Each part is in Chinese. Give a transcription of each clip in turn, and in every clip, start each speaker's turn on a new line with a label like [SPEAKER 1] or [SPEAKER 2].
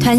[SPEAKER 1] 传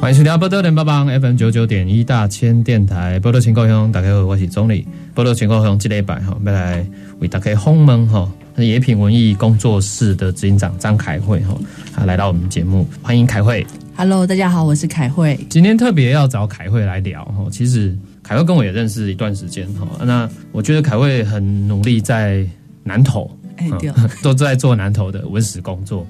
[SPEAKER 2] 欢迎收听波多连帮帮 FM 九九点一大千电台波多情故乡，大家好，我是钟理。波多情故乡这礼拜吼，要来为大家访问吼野品文艺工作室的执行长张凯慧吼，他来到我们节目，欢迎凯慧。
[SPEAKER 3] Hello，大家好，我是凯慧。
[SPEAKER 2] 今天特别要找凯慧来聊哈，其实凯慧跟我也认识一段时间哈，那我觉得凯慧很努力在南投，
[SPEAKER 3] 哎、对哦，
[SPEAKER 2] 嗯 都在做南投的文史工作。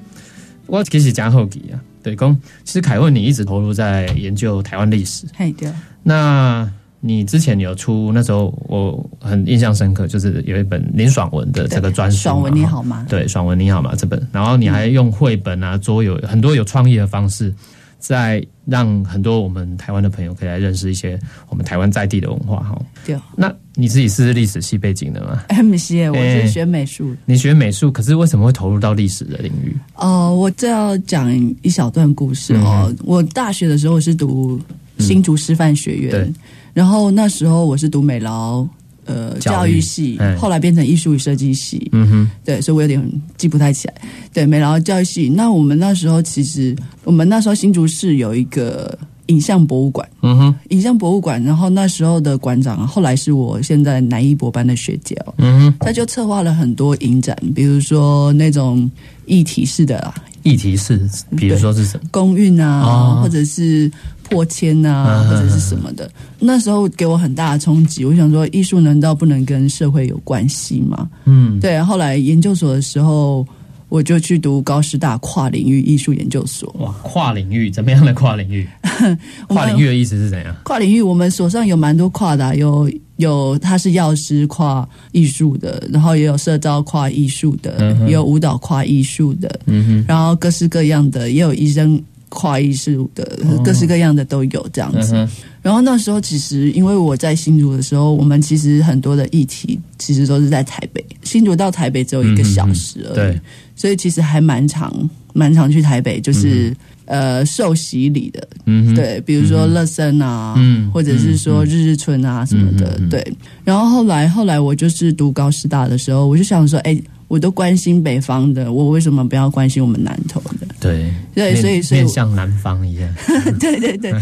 [SPEAKER 2] 我其实加后期啊，对，公其实凯慧你一直投入在研究台湾历史，
[SPEAKER 3] 嘿，对哦，
[SPEAKER 2] 那你之前有出那时候我很印象深刻，就是有一本林爽文的这个专书嘛，
[SPEAKER 3] 爽文你
[SPEAKER 2] 哈
[SPEAKER 3] 好吗？
[SPEAKER 2] 对，爽文你好嘛这本，然后你还用绘本啊、桌游很多有创意的方式，在让很多我们台湾的朋友可以来认识一些我们台湾在地的文化哈。
[SPEAKER 3] 对哦，
[SPEAKER 2] 那你自己是历史系背景的吗？
[SPEAKER 3] 哎，不是耶，我
[SPEAKER 2] 哎
[SPEAKER 3] 是学美术的。
[SPEAKER 2] 你学美术，可是为什么会投入到历史的领域？
[SPEAKER 3] 哦，我这要讲一小段故事
[SPEAKER 2] 嗯
[SPEAKER 3] 哦。我大学的时候是读新竹师范学院，
[SPEAKER 2] 嗯对
[SPEAKER 3] 然后那时候我是读美劳呃
[SPEAKER 2] 教
[SPEAKER 3] 教
[SPEAKER 2] 育
[SPEAKER 3] 育系
[SPEAKER 2] 哎，
[SPEAKER 3] 后来变成艺术与设计系。
[SPEAKER 2] 嗯哼，
[SPEAKER 3] 对，所以我有点记不太起来。对，美劳教育系。那我们那时候其实，我们那时候新竹市有一个影像博物馆，
[SPEAKER 2] 嗯哼，
[SPEAKER 3] 影像博物馆。然后那时候的馆长，后来是我现在南一博班的学姐哦，
[SPEAKER 2] 嗯哼，
[SPEAKER 3] 她就策划了很多影展，比如说那种议题式的啊
[SPEAKER 2] 议题 E 是，比如说是什么？
[SPEAKER 3] 公运啊，
[SPEAKER 2] 哦
[SPEAKER 3] 或者是破千啊，
[SPEAKER 2] 嗯
[SPEAKER 3] 或者是什么的。那时候给我很大的冲击，我想说，艺术难道不能跟社会有关系吗？
[SPEAKER 2] 嗯，
[SPEAKER 3] 对，后来研究所的时候，我就去读高师大跨领域艺术研究所。
[SPEAKER 2] 哇，跨领域怎么样的跨领域？
[SPEAKER 3] 我们
[SPEAKER 2] 跨领域的意思是怎样？
[SPEAKER 3] 跨领域，我们手上有蛮多跨的啊、有有他是药师跨艺术的，然后也有社招跨艺术的，
[SPEAKER 2] 嗯哼
[SPEAKER 3] 也有舞蹈跨艺术的，
[SPEAKER 2] 嗯哼，
[SPEAKER 3] 然后各式各样的，也有医生跨艺术的，
[SPEAKER 2] 哦
[SPEAKER 3] 各式各样的都有这样
[SPEAKER 2] 嗯
[SPEAKER 3] 子。
[SPEAKER 2] 哼，
[SPEAKER 3] 然后那时候其实因为我在新竹的时候，我们其实很多的议题其实都是在台北，新竹到台北只有
[SPEAKER 2] 嗯
[SPEAKER 3] 一个小时而已，
[SPEAKER 2] 对，
[SPEAKER 3] 所以其实还蛮常蛮常去台北，就是、呃受洗礼的，
[SPEAKER 2] 嗯哼，，
[SPEAKER 3] 对，比如说乐森啊，
[SPEAKER 2] 嗯
[SPEAKER 3] 或者是说日日春啊什么的，
[SPEAKER 2] 嗯嗯嗯
[SPEAKER 3] 对。然后后来后来我就是读高师大的时候，我就想说，哎、我都关心北方的，我为什么不要关心我们南投的？
[SPEAKER 2] 对，
[SPEAKER 3] 对
[SPEAKER 2] 面
[SPEAKER 3] 所以所以
[SPEAKER 2] 面
[SPEAKER 3] 我
[SPEAKER 2] 向南方一样，
[SPEAKER 3] 对对 对，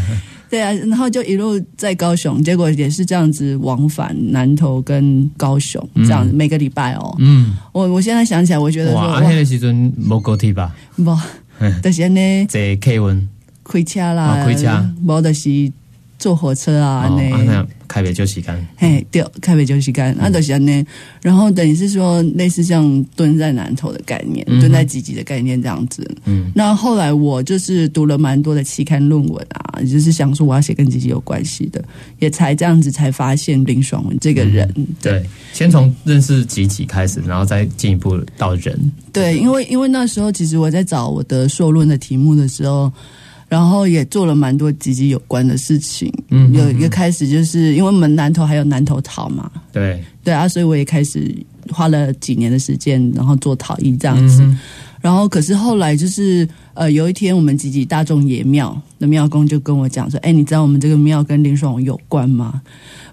[SPEAKER 3] 对啊，然后就一路在高雄，结果也是这样子往返南投跟高雄，这样子、每个礼拜哦。
[SPEAKER 2] 嗯，
[SPEAKER 3] 我我现在想起来，我觉得说
[SPEAKER 2] 哇，
[SPEAKER 3] 哇
[SPEAKER 2] 啊，，迄个时阵无高铁吧，
[SPEAKER 3] 不，就是 呢
[SPEAKER 2] 坐 K 文，
[SPEAKER 3] 开车啦
[SPEAKER 2] 哦，开车
[SPEAKER 3] 无就是坐火车啊，
[SPEAKER 2] 哦，啊嗯
[SPEAKER 3] 呢、
[SPEAKER 2] 那开袂少时间，
[SPEAKER 3] 嘿，对，开北就是干，啊，就是安尼。然后等于是说，类似像蹲在南头的概念，
[SPEAKER 2] 嗯哼
[SPEAKER 3] 蹲在积极的概念这样子。
[SPEAKER 2] 嗯，
[SPEAKER 3] 那后来我就是读了蛮多的期刊论文啊，就是想说我要写跟积极有关系的，也才这样子才发现林爽文这个人。
[SPEAKER 2] 对，先从认识集体开始，然后再进一步到人，
[SPEAKER 3] 对，因为因为那时候其实我在找我的硕论的题目的时候，然后也做了蛮多积极有关的事情。
[SPEAKER 2] 嗯
[SPEAKER 3] 有一个开始就是因为我们南头还有南头桃嘛，
[SPEAKER 2] 对，
[SPEAKER 3] 对啊，所以我也开始花了几年的时间，然后做陶艺这样子。
[SPEAKER 2] 嗯
[SPEAKER 3] 然后可是后来就是呃，有一天我们集集大众爷庙的庙公就跟我讲说：“哎，你知道我们这个庙跟林爽文有关吗？”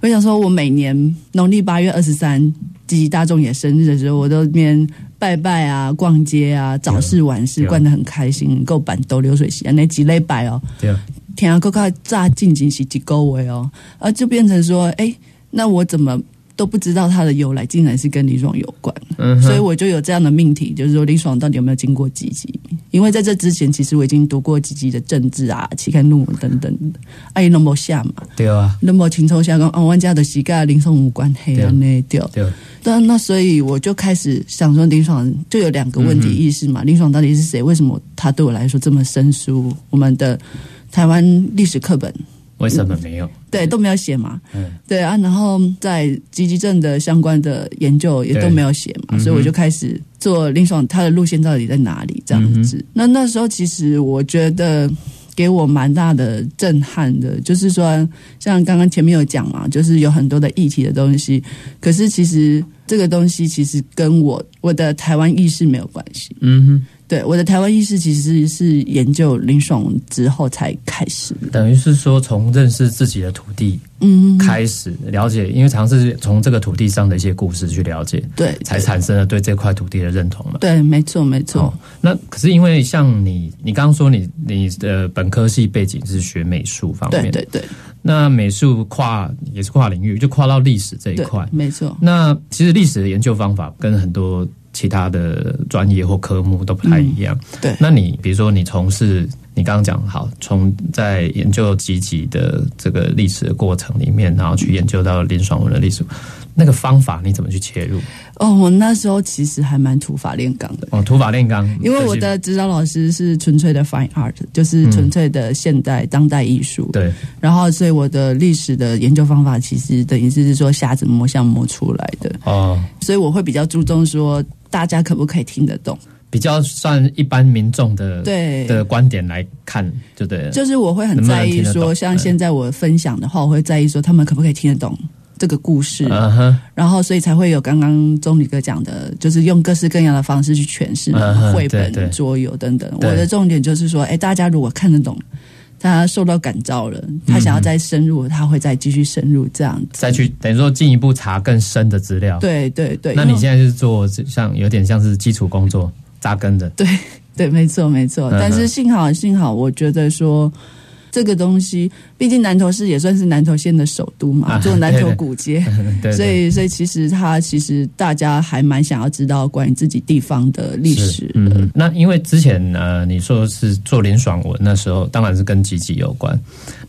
[SPEAKER 3] 我想说，我每年农历八月二十三集集大众爷生日的时候，我都那边拜拜啊、逛街啊、早市晚市，
[SPEAKER 2] 对啊
[SPEAKER 3] 逛得很开心，够板斗流水席啊，那几类摆哦。
[SPEAKER 2] 对，
[SPEAKER 3] 天啊，够靠炸进进是几个位哦，啊，就变成说，哎，那我怎么都不知道它的由来，竟然是跟李爽有关，
[SPEAKER 2] 嗯哼，
[SPEAKER 3] 所以我就有这样的命题，就是说李爽到底有没有经过积极？因为在这之前，其实我已经读过积极的政治啊、期刊论文等等的，啊，伊拢无写嘛，
[SPEAKER 2] 对啊，
[SPEAKER 3] 拢无清楚写讲，哦，阮家的是跟林爽有关系
[SPEAKER 2] 对
[SPEAKER 3] 啊，那对。
[SPEAKER 2] 对，
[SPEAKER 3] 那那所以我就开始想说，林爽就有两个问题意
[SPEAKER 2] 嗯
[SPEAKER 3] 识嘛，林爽到底是谁？为什么他对我来说这么生疏？我们的台湾历史课本
[SPEAKER 2] 为什么没有？
[SPEAKER 3] 对都没有写嘛，
[SPEAKER 2] 嗯
[SPEAKER 3] 对
[SPEAKER 2] 嗯
[SPEAKER 3] 啊，然后在积极症的相关的研究也都没有写嘛，所以我就开始做林爽他的路线到底在哪里这样
[SPEAKER 2] 嗯
[SPEAKER 3] 子。那那时候其实我觉得给我蛮大的震撼的，就是说像刚刚前面有讲嘛，就是有很多的议题的东西，可是其实这个东西其实跟我我的台湾意识没有关系。
[SPEAKER 2] 嗯哼，
[SPEAKER 3] 对，我的台湾意识其实是研究林爽之后才开始的。
[SPEAKER 2] 等于是说从认识自己的土地
[SPEAKER 3] 嗯，
[SPEAKER 2] 开始了解，因为尝试从这个土地上的一些故事去了解，
[SPEAKER 3] 对，
[SPEAKER 2] 才产生了对这块土地的认同嘛。
[SPEAKER 3] 对，没错，没错
[SPEAKER 2] 哦。，那可是因为像你，你刚刚说你你的本科系背景是学美术方面，
[SPEAKER 3] 对对对
[SPEAKER 2] 那美术跨也是跨领域，就跨到历史这一
[SPEAKER 3] 对
[SPEAKER 2] 块，。
[SPEAKER 3] 没错，
[SPEAKER 2] 那其实历史的研究方法跟很多其他的专业或科目都不太一样。
[SPEAKER 3] 嗯对
[SPEAKER 2] 那你比如说你从事你刚刚讲好，从在研究积极的这个历史的过程里面，然后去研究到林爽文的历史，那个方法你怎么去切入？
[SPEAKER 3] 哦，我那时候其实还蛮土法炼钢的。
[SPEAKER 2] 哦，土法炼钢，
[SPEAKER 3] 因为我的指导老师是纯粹的 fine art，就是纯粹的现代、当代艺术。
[SPEAKER 2] 嗯对
[SPEAKER 3] 然后，所以我的历史的研究方法其实等于是说瞎子摸象摸出来的，
[SPEAKER 2] 哦，
[SPEAKER 3] 所以我会比较注重说大家可不可以听得懂。
[SPEAKER 2] 比较算一般民众的
[SPEAKER 3] 对，
[SPEAKER 2] 的观点来看，就对了。
[SPEAKER 3] 就是我会很在
[SPEAKER 2] 能
[SPEAKER 3] 意
[SPEAKER 2] 不能听得
[SPEAKER 3] 说，
[SPEAKER 2] 懂
[SPEAKER 3] 像现在我分享的话，我会在意说他们可不可以听得懂这个故事。
[SPEAKER 2] 嗯哼，
[SPEAKER 3] 然后所以才会有刚刚钟礼哥讲的，就是用各式各样的方式去诠释嘛
[SPEAKER 2] 嗯哼
[SPEAKER 3] 绘
[SPEAKER 2] 对对
[SPEAKER 3] 本、桌游等等。
[SPEAKER 2] 对
[SPEAKER 3] 我的重点就是说，哎，大家如果看得懂，他受到感召了，他想要再深入，他会再继续深入这样子。
[SPEAKER 2] 再去等于说进一步查更深的资料。
[SPEAKER 3] 对对对，
[SPEAKER 2] 嗯那你
[SPEAKER 3] 因为
[SPEAKER 2] 现在是做像有点像是基础工作扎根 的，
[SPEAKER 3] 对，没错没错。
[SPEAKER 2] 嗯哼
[SPEAKER 3] 但是幸好幸好，我觉得说。这个东西，毕竟南投市也算是南投县的首都嘛，
[SPEAKER 2] 啊
[SPEAKER 3] 做南
[SPEAKER 2] 对
[SPEAKER 3] 投
[SPEAKER 2] 对
[SPEAKER 3] 古街，
[SPEAKER 2] 对
[SPEAKER 3] 所
[SPEAKER 2] 对
[SPEAKER 3] 以所以其实他其实大家还蛮想要知道关于自己地方的历史
[SPEAKER 2] 是嗯，那因为之前呃，你说是做林爽文那时候，当然是跟积极有关。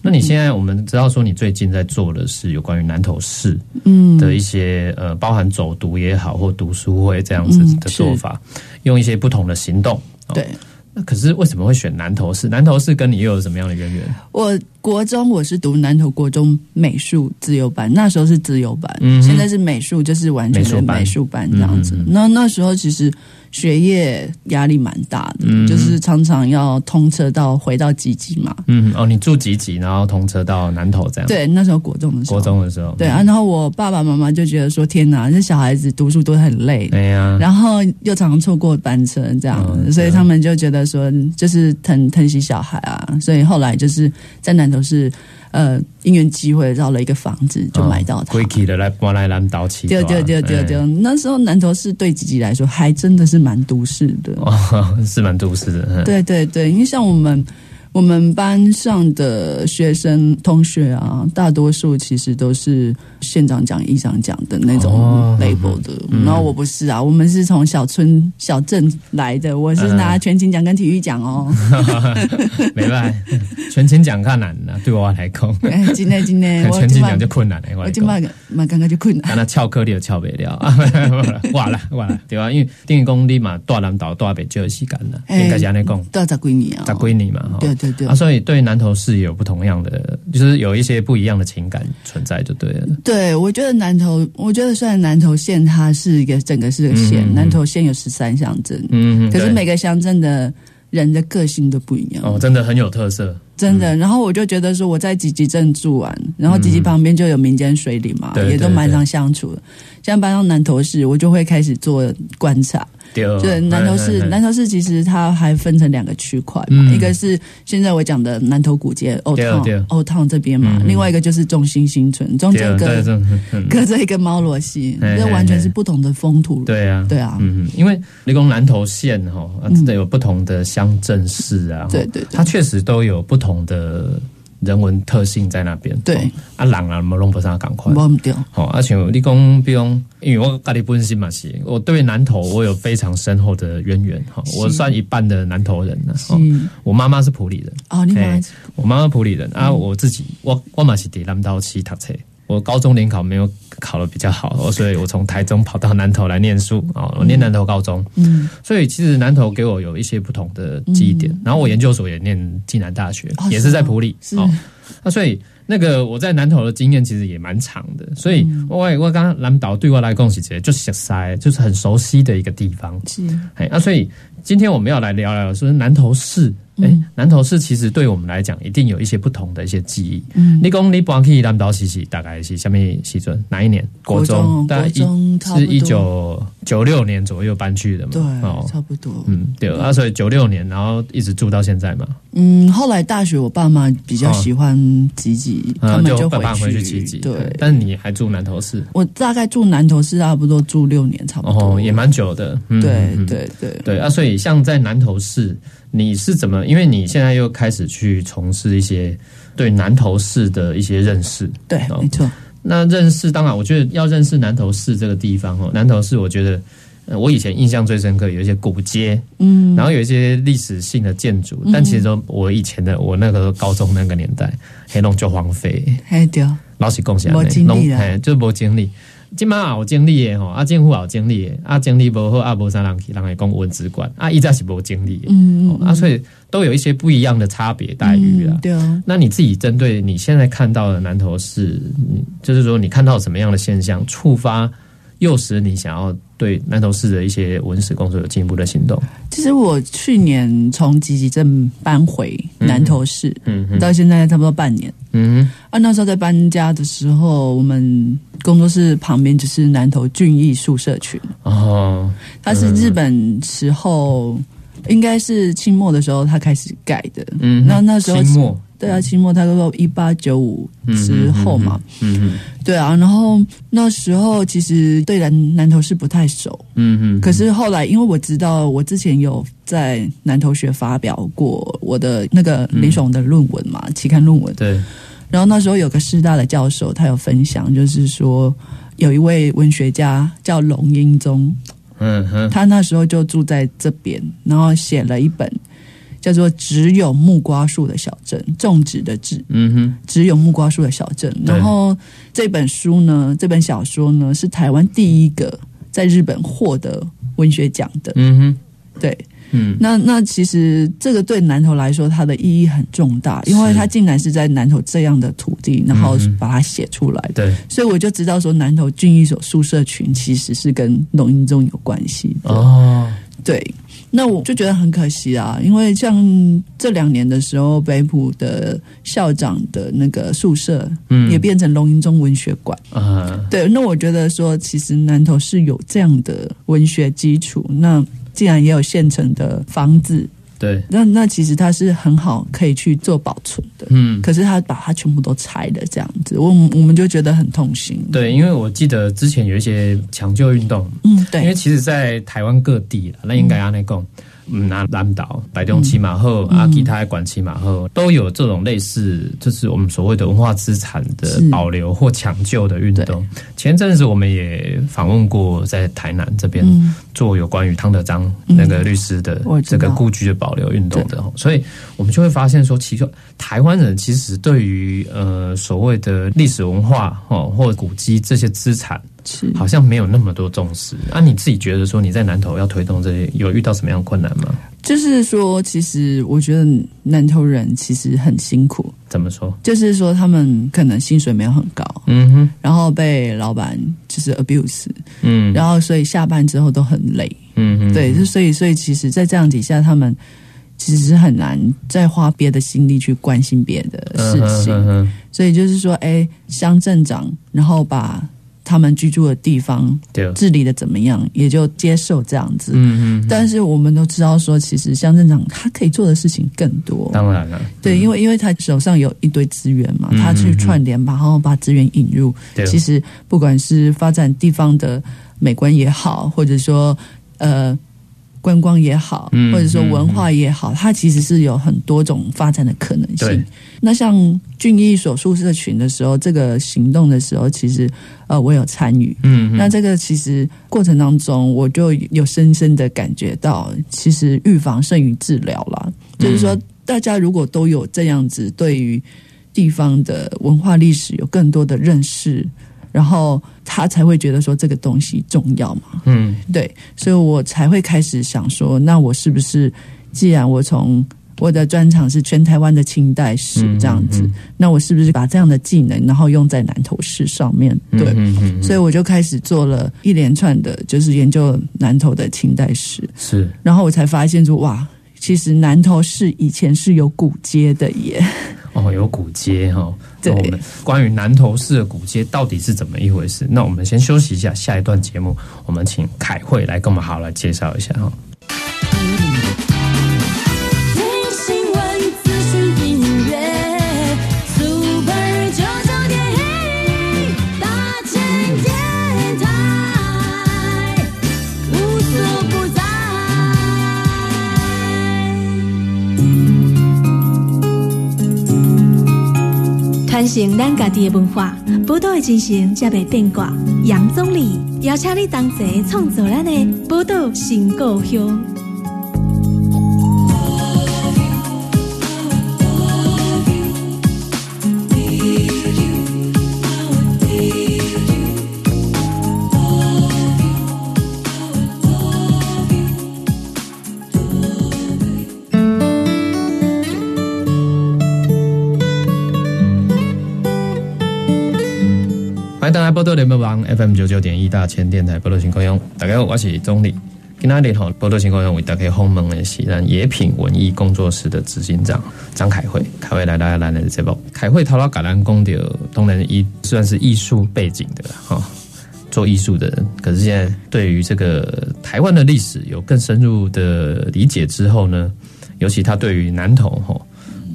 [SPEAKER 2] 那你现在我们知道说，你最近在做的是有关于南投市
[SPEAKER 3] 嗯
[SPEAKER 2] 的一些、呃，包含走读也好，或读书会这样子
[SPEAKER 3] 嗯
[SPEAKER 2] 的做法，用一些不同的行动。哦
[SPEAKER 3] 对，
[SPEAKER 2] 那可是为什么会选南投市？南投市跟你又有什么样的渊源？
[SPEAKER 3] 我国中我是读南投国中美术自由班，那时候是自由班，
[SPEAKER 2] 嗯哼
[SPEAKER 3] 现在是美术，就是完全的
[SPEAKER 2] 美
[SPEAKER 3] 美
[SPEAKER 2] 术
[SPEAKER 3] 术班这样子。
[SPEAKER 2] 嗯嗯
[SPEAKER 3] 那那时候其实学业压力蛮大的，
[SPEAKER 2] 嗯哼
[SPEAKER 3] 就是常常要通车到回到集集嘛。
[SPEAKER 2] 嗯，哦，你住集集，然后通车到南投这样。，
[SPEAKER 3] 对，那时候国中的时
[SPEAKER 2] 嗯
[SPEAKER 3] 候，
[SPEAKER 2] 国中的时候。
[SPEAKER 3] 对啊，然后我爸爸妈妈就觉得说，天哪，这小孩子读书都很累。
[SPEAKER 2] 哎呀，
[SPEAKER 3] 然后又常常错过班车，这样，
[SPEAKER 2] 嗯
[SPEAKER 3] 所以
[SPEAKER 2] 对
[SPEAKER 3] 他们就觉得说，就是疼疼惜小孩啊，所以后来就是在南投市，呃，因缘机会绕了一个房子就买到
[SPEAKER 2] 哦
[SPEAKER 3] 它。
[SPEAKER 2] 归期的来搬来哎南岛起。
[SPEAKER 3] 对对对对对，那时候南投市对自己来说还真的是蛮都市的。
[SPEAKER 2] 哦，是蛮都市的。嗯，
[SPEAKER 3] 对对对，因为像我们我们班上的学生同学啊，大多数其实都是县长奖、议长奖的那
[SPEAKER 2] 哦嗯
[SPEAKER 3] 种 label 的。然后我不是啊，我们是从小村小镇来的，我是拿全勤奖跟体育 奖哦。
[SPEAKER 2] 没办法， 全勤奖较难啦，对我来讲，
[SPEAKER 3] 哎，今天今天 我
[SPEAKER 2] 全勤
[SPEAKER 3] 今
[SPEAKER 2] 奖
[SPEAKER 3] 晚
[SPEAKER 2] 就困难了。哎我
[SPEAKER 3] 我
[SPEAKER 2] 来
[SPEAKER 3] 今
[SPEAKER 2] 讲，
[SPEAKER 3] 晚嘛刚刚就困了。
[SPEAKER 2] 但他翘课你就翘不了 啊！哇啦哇啦，对啊，因为电工你嘛，大南岛大北就有时间啦，
[SPEAKER 3] 哎
[SPEAKER 2] 应该是安尼讲，
[SPEAKER 3] 都要找闺女啊
[SPEAKER 2] 十，几年嘛哈。
[SPEAKER 3] 对对对
[SPEAKER 2] 啊，。所以对南投市有不同样的，就是有一些不一样的情感存在，就对了。
[SPEAKER 3] 对，我觉得南投，我觉得虽然南投县它是一个整个是个县，
[SPEAKER 2] 嗯嗯嗯
[SPEAKER 3] 南投县有十三乡镇，
[SPEAKER 2] 嗯，
[SPEAKER 3] 可是
[SPEAKER 2] 对
[SPEAKER 3] 每个乡镇的人的个性都不一样，
[SPEAKER 2] 哦，真嗯的很有特色。
[SPEAKER 3] 真的。然后我就觉得说，我在吉吉镇住完，然后吉吉旁边就有民间水里嘛，
[SPEAKER 2] 嗯对对
[SPEAKER 3] 也都蛮常相处的。像搬到南投市，我就会开始做观察。
[SPEAKER 2] 对，
[SPEAKER 3] 对，南投市，
[SPEAKER 2] 嗯嗯嗯
[SPEAKER 3] 南投市其实它还分成两个区块嘛，
[SPEAKER 2] 嗯
[SPEAKER 3] 一个是现在我讲的南投古街 Old
[SPEAKER 2] 对对
[SPEAKER 3] Town Old Town 这边嘛，
[SPEAKER 2] 嗯嗯
[SPEAKER 3] 另外一个就是中心新村，中间
[SPEAKER 2] 对
[SPEAKER 3] 隔
[SPEAKER 2] 对对 嗯
[SPEAKER 3] 隔着一个猫罗溪，
[SPEAKER 2] 嘿嘿
[SPEAKER 3] 这完全是不同的风土。
[SPEAKER 2] 对啊，
[SPEAKER 3] 对啊，
[SPEAKER 2] 嗯，因为立功南投县哈，啊真的有不同的乡镇市啊，
[SPEAKER 3] 对对对
[SPEAKER 2] 它确实都有不同的人文特性在那边。
[SPEAKER 3] 对
[SPEAKER 2] 哦，啊，人啊，没弄不上赶快。
[SPEAKER 3] 忘不掉。
[SPEAKER 2] 好，而且哦啊你讲，比如说因为我家里本身嘛是，我对南投我有非常深厚的渊源哈，
[SPEAKER 3] 是
[SPEAKER 2] 我算一半的南投人了。哦
[SPEAKER 3] 嗯，
[SPEAKER 2] 我妈妈是埔里人，
[SPEAKER 3] 哦，另外
[SPEAKER 2] 嘿我妈妈埔里人
[SPEAKER 3] 嗯
[SPEAKER 2] 啊，我自己我我嘛是伫南投市读册，我高中联考没有考得比较好，哦所以我从台中跑到南投来念书哦，我念南投高中，
[SPEAKER 3] 嗯，
[SPEAKER 2] 所以其实南投给我有一些不同的记忆点。然后我研究所也念暨南大学，
[SPEAKER 3] 哦
[SPEAKER 2] 也是
[SPEAKER 3] 是
[SPEAKER 2] 在
[SPEAKER 3] 哦
[SPEAKER 2] 埔里
[SPEAKER 3] 是
[SPEAKER 2] 哦，那所以那个我在南投的经验其实也蛮长的，所以
[SPEAKER 3] 嗯
[SPEAKER 2] 我我刚刚南岛对我来讲是直接就是塞，就是很熟悉的一个地方。
[SPEAKER 3] 是
[SPEAKER 2] 哎，那、所以今天我们要来聊聊，说南投市。
[SPEAKER 3] 嗯
[SPEAKER 2] 哎、南投市其实对我们来讲，一定有一些不同的一些记忆。嗯，你讲你搬去南投市是大概是下面时阵哪一年？
[SPEAKER 3] 国中哦
[SPEAKER 2] 大概
[SPEAKER 3] 国中
[SPEAKER 2] 一
[SPEAKER 3] 差不多
[SPEAKER 2] 是一九九六年左右搬去的嘛。
[SPEAKER 3] 对
[SPEAKER 2] 哦，，
[SPEAKER 3] 差不多。
[SPEAKER 2] 嗯，对啊，所以九六年，然后一直住到现在嘛。
[SPEAKER 3] 嗯，后来大学我爸妈比较喜欢集集，他
[SPEAKER 2] 嗯，
[SPEAKER 3] 们
[SPEAKER 2] 就爸
[SPEAKER 3] 回
[SPEAKER 2] 爸回去
[SPEAKER 3] 去
[SPEAKER 2] 集集。
[SPEAKER 3] 对，
[SPEAKER 2] 但你还住南投市，
[SPEAKER 3] 我大概住南投市，差不多住六年，差不多。
[SPEAKER 2] 哦，也蛮久的。嗯，
[SPEAKER 3] 对
[SPEAKER 2] 嗯嗯
[SPEAKER 3] 对对，
[SPEAKER 2] 对啊，所以像在南投市，你是怎么？因为你现在又开始去从事一些对南投市的一些认识。
[SPEAKER 3] 对，
[SPEAKER 2] 哦
[SPEAKER 3] 没错，
[SPEAKER 2] 那认识，当然，我觉得要认识南投市这个地方哦，南投市，我觉得。呃我以前印象最深刻有一些古街，嗯，然后有一些历史性的建筑，但其实都我以前的我那个高中那个年代，黑龙就荒废，
[SPEAKER 3] 嘿对，
[SPEAKER 2] 老实讲是安尼
[SPEAKER 3] 没啊精力啦
[SPEAKER 2] 嘿就是无精力。即马有精力的吼，啊政府也有精力的，啊精力无好啊无啥人去，人会讲文职管，啊伊则是无精力的，
[SPEAKER 3] 嗯
[SPEAKER 2] 哦啊所以都有一些不一样的差别待遇啊啦
[SPEAKER 3] 嗯。对哦。
[SPEAKER 2] 那你自己针对你现在看到的南投市，你就是说你看到什么样的现象，触发诱使你想要对南投市的一些文史工作有进一步的行动？
[SPEAKER 3] 其实我去年从集集镇搬回南投市，
[SPEAKER 2] 嗯哼
[SPEAKER 3] 到现在差不多半年。
[SPEAKER 2] 嗯
[SPEAKER 3] 啊，那时候在搬家的时候，我们工作室旁边就是南投俊逸宿舍群，
[SPEAKER 2] 哼，哦，
[SPEAKER 3] 它是日本时候，应该是清末的时候它开始盖的。
[SPEAKER 2] 嗯哼，
[SPEAKER 3] 那那时候
[SPEAKER 2] 清末，
[SPEAKER 3] 对啊，清末它都一八九五之后嘛，
[SPEAKER 2] 嗯哼，
[SPEAKER 3] 对啊，然后那时候其实对南南投是不太熟，
[SPEAKER 2] 嗯哼，
[SPEAKER 3] 可是后来因为我知道我之前有在南投学发表过我的那个林爽的论文嘛，期刊论文，
[SPEAKER 2] 对，
[SPEAKER 3] 然后那时候有个师大的教授，他有分享，就是说有一位文学家叫龙英宗，
[SPEAKER 2] 嗯哼，
[SPEAKER 3] 他那时候就住在这边，然后写了一本叫做《只有木瓜树的小镇》，种植的植，
[SPEAKER 2] 嗯哼。
[SPEAKER 3] 只有木瓜树的小镇。
[SPEAKER 2] 对
[SPEAKER 3] 然后这本书呢，这本小说呢，是台湾第一个在日本获得文学奖的。
[SPEAKER 2] 嗯哼，
[SPEAKER 3] 对，
[SPEAKER 2] 嗯，
[SPEAKER 3] 那那其实这个对南投来说，它的意义很重大，因为
[SPEAKER 2] 是嗯
[SPEAKER 3] 它竟然是在南投这样的土地，然后把它写出来的。
[SPEAKER 2] 对，
[SPEAKER 3] 所以我就知道说，南投郡一所宿舍群其实是跟龙吟中有关系的。
[SPEAKER 2] 哦，
[SPEAKER 3] 对，那我就觉得很可惜啊，因为像这两年的时候，北浦的校长的那个宿舍
[SPEAKER 2] 嗯，
[SPEAKER 3] 也变成龙吟中文学馆。
[SPEAKER 2] 啊，
[SPEAKER 3] 对，那我觉得说，其实南投是有这样的文学基础，那既然也有现成的房子，
[SPEAKER 2] 对，
[SPEAKER 3] 那那其实它是很好可以去做保存的。
[SPEAKER 2] 嗯，
[SPEAKER 3] 可是他把它全部都拆了，这样子，我我们就觉得很痛心。，
[SPEAKER 2] 对，因为我记得之前有一些抢救运动，
[SPEAKER 3] 嗯，
[SPEAKER 2] 因为
[SPEAKER 3] 对，
[SPEAKER 2] 其实，在台湾各地啦，那应该安内讲，嗯，那南岛、台中骑马后、
[SPEAKER 3] 嗯
[SPEAKER 2] 阿基他管骑马后，都有这种类似，就是我们所谓的文化资产的
[SPEAKER 3] 是
[SPEAKER 2] 保留或抢救的运动。前阵子我们也访问过在台南这边
[SPEAKER 3] 嗯
[SPEAKER 2] 做有关于汤德章那个律师的
[SPEAKER 3] 我知
[SPEAKER 2] 这
[SPEAKER 3] 道
[SPEAKER 2] 个故居的保留运动的吼，所以我们就会发现说，其实台湾人其实对于呃所谓的历史文化哦或古迹这些资产。
[SPEAKER 3] 是。
[SPEAKER 2] 好像没有那么多重视。那、你自己觉得说你在南投要推动这些，有遇到什么样的困难吗？
[SPEAKER 3] 就是说，其实我觉得南投人其实很辛苦，
[SPEAKER 2] 怎么说？
[SPEAKER 3] 就是说他们可能薪水没有很高，
[SPEAKER 2] 嗯哼，
[SPEAKER 3] 然后被老板就是 abuse，
[SPEAKER 2] 嗯，
[SPEAKER 3] 然后所以下班之后都很累。
[SPEAKER 2] 嗯哼，
[SPEAKER 3] 对，就所以所以其实，在这样底下，他们其实很难再花别的心力去关心别的事
[SPEAKER 2] 嗯哼，
[SPEAKER 3] 情。
[SPEAKER 2] 嗯哼，
[SPEAKER 3] 所以就是说，哎，乡镇长，然后把他们居住的地方
[SPEAKER 2] 对，
[SPEAKER 3] 治理的怎么样，也就接受这样子。
[SPEAKER 2] 嗯嗯，
[SPEAKER 3] 但是我们都知道说，其实乡镇长他可以做的事情更多。
[SPEAKER 2] 当然了，
[SPEAKER 3] 对，因为因为他手上有一堆资源嘛，
[SPEAKER 2] 嗯
[SPEAKER 3] 他去串联，然后把资源引入。
[SPEAKER 2] 对，
[SPEAKER 3] 其实不管是发展地方的美观也好，或者说呃观光也好，
[SPEAKER 2] 嗯
[SPEAKER 3] 或者说文化也好，它其实是有很多种发展的可能
[SPEAKER 2] 对
[SPEAKER 3] 性。那像俊逸所宿舍群的时候，这个行动的时候，其实呃我有参与。
[SPEAKER 2] 嗯哼，
[SPEAKER 3] 那这个其实过程当中，我就有深深的感觉到，其实预防胜于治疗
[SPEAKER 2] 嗯
[SPEAKER 3] 啦。就是说，大家如果都有这样子对于地方的文化历史有更多的认识，然后他才会觉得说这个东西重要嘛。
[SPEAKER 2] 嗯
[SPEAKER 3] 对，所以我才会开始想说，那我是不是既然我从我的专长是全台湾的清代史
[SPEAKER 2] 嗯
[SPEAKER 3] 这样子，
[SPEAKER 2] 嗯
[SPEAKER 3] 那我是不是把这样的技能，然后用在南投市上面？对，
[SPEAKER 2] 嗯嗯
[SPEAKER 3] 所以我就开始做了一连串的，就是研究南投的清代史，
[SPEAKER 2] 是
[SPEAKER 3] 然后我才发现说，哇，其实南投市以前是有古街的耶。
[SPEAKER 2] 哦，有古街哈。
[SPEAKER 3] 对
[SPEAKER 2] 那我们关于南投市的古街到底是怎么一回事？那我们先休息一下，下一段节目我们请凯慧来跟我们好好来介绍一下哦哈。
[SPEAKER 4] 听新闻，资讯音乐，Super 九九点一，大千电台，无所不在。
[SPEAKER 1] 传承咱家己的文化，宝岛的精神才袂变卦。杨总理邀请你同齐创造咱的宝岛新故乡。
[SPEAKER 2] 欢迎大家波多联播网 FM 九九点一大千电台波多情况用，大家好，我是钟礼。今天吼波多情况用为大家访问的是咱野品文艺工作室的执行长张凯慧，凯慧来来来咱的节目。凯慧头脑橄榄讲到，当然艺算是艺术背景的啦哈、做艺术的人，可是现在对于这个台湾的历史有更深入的理解之后呢，尤其他对于南投吼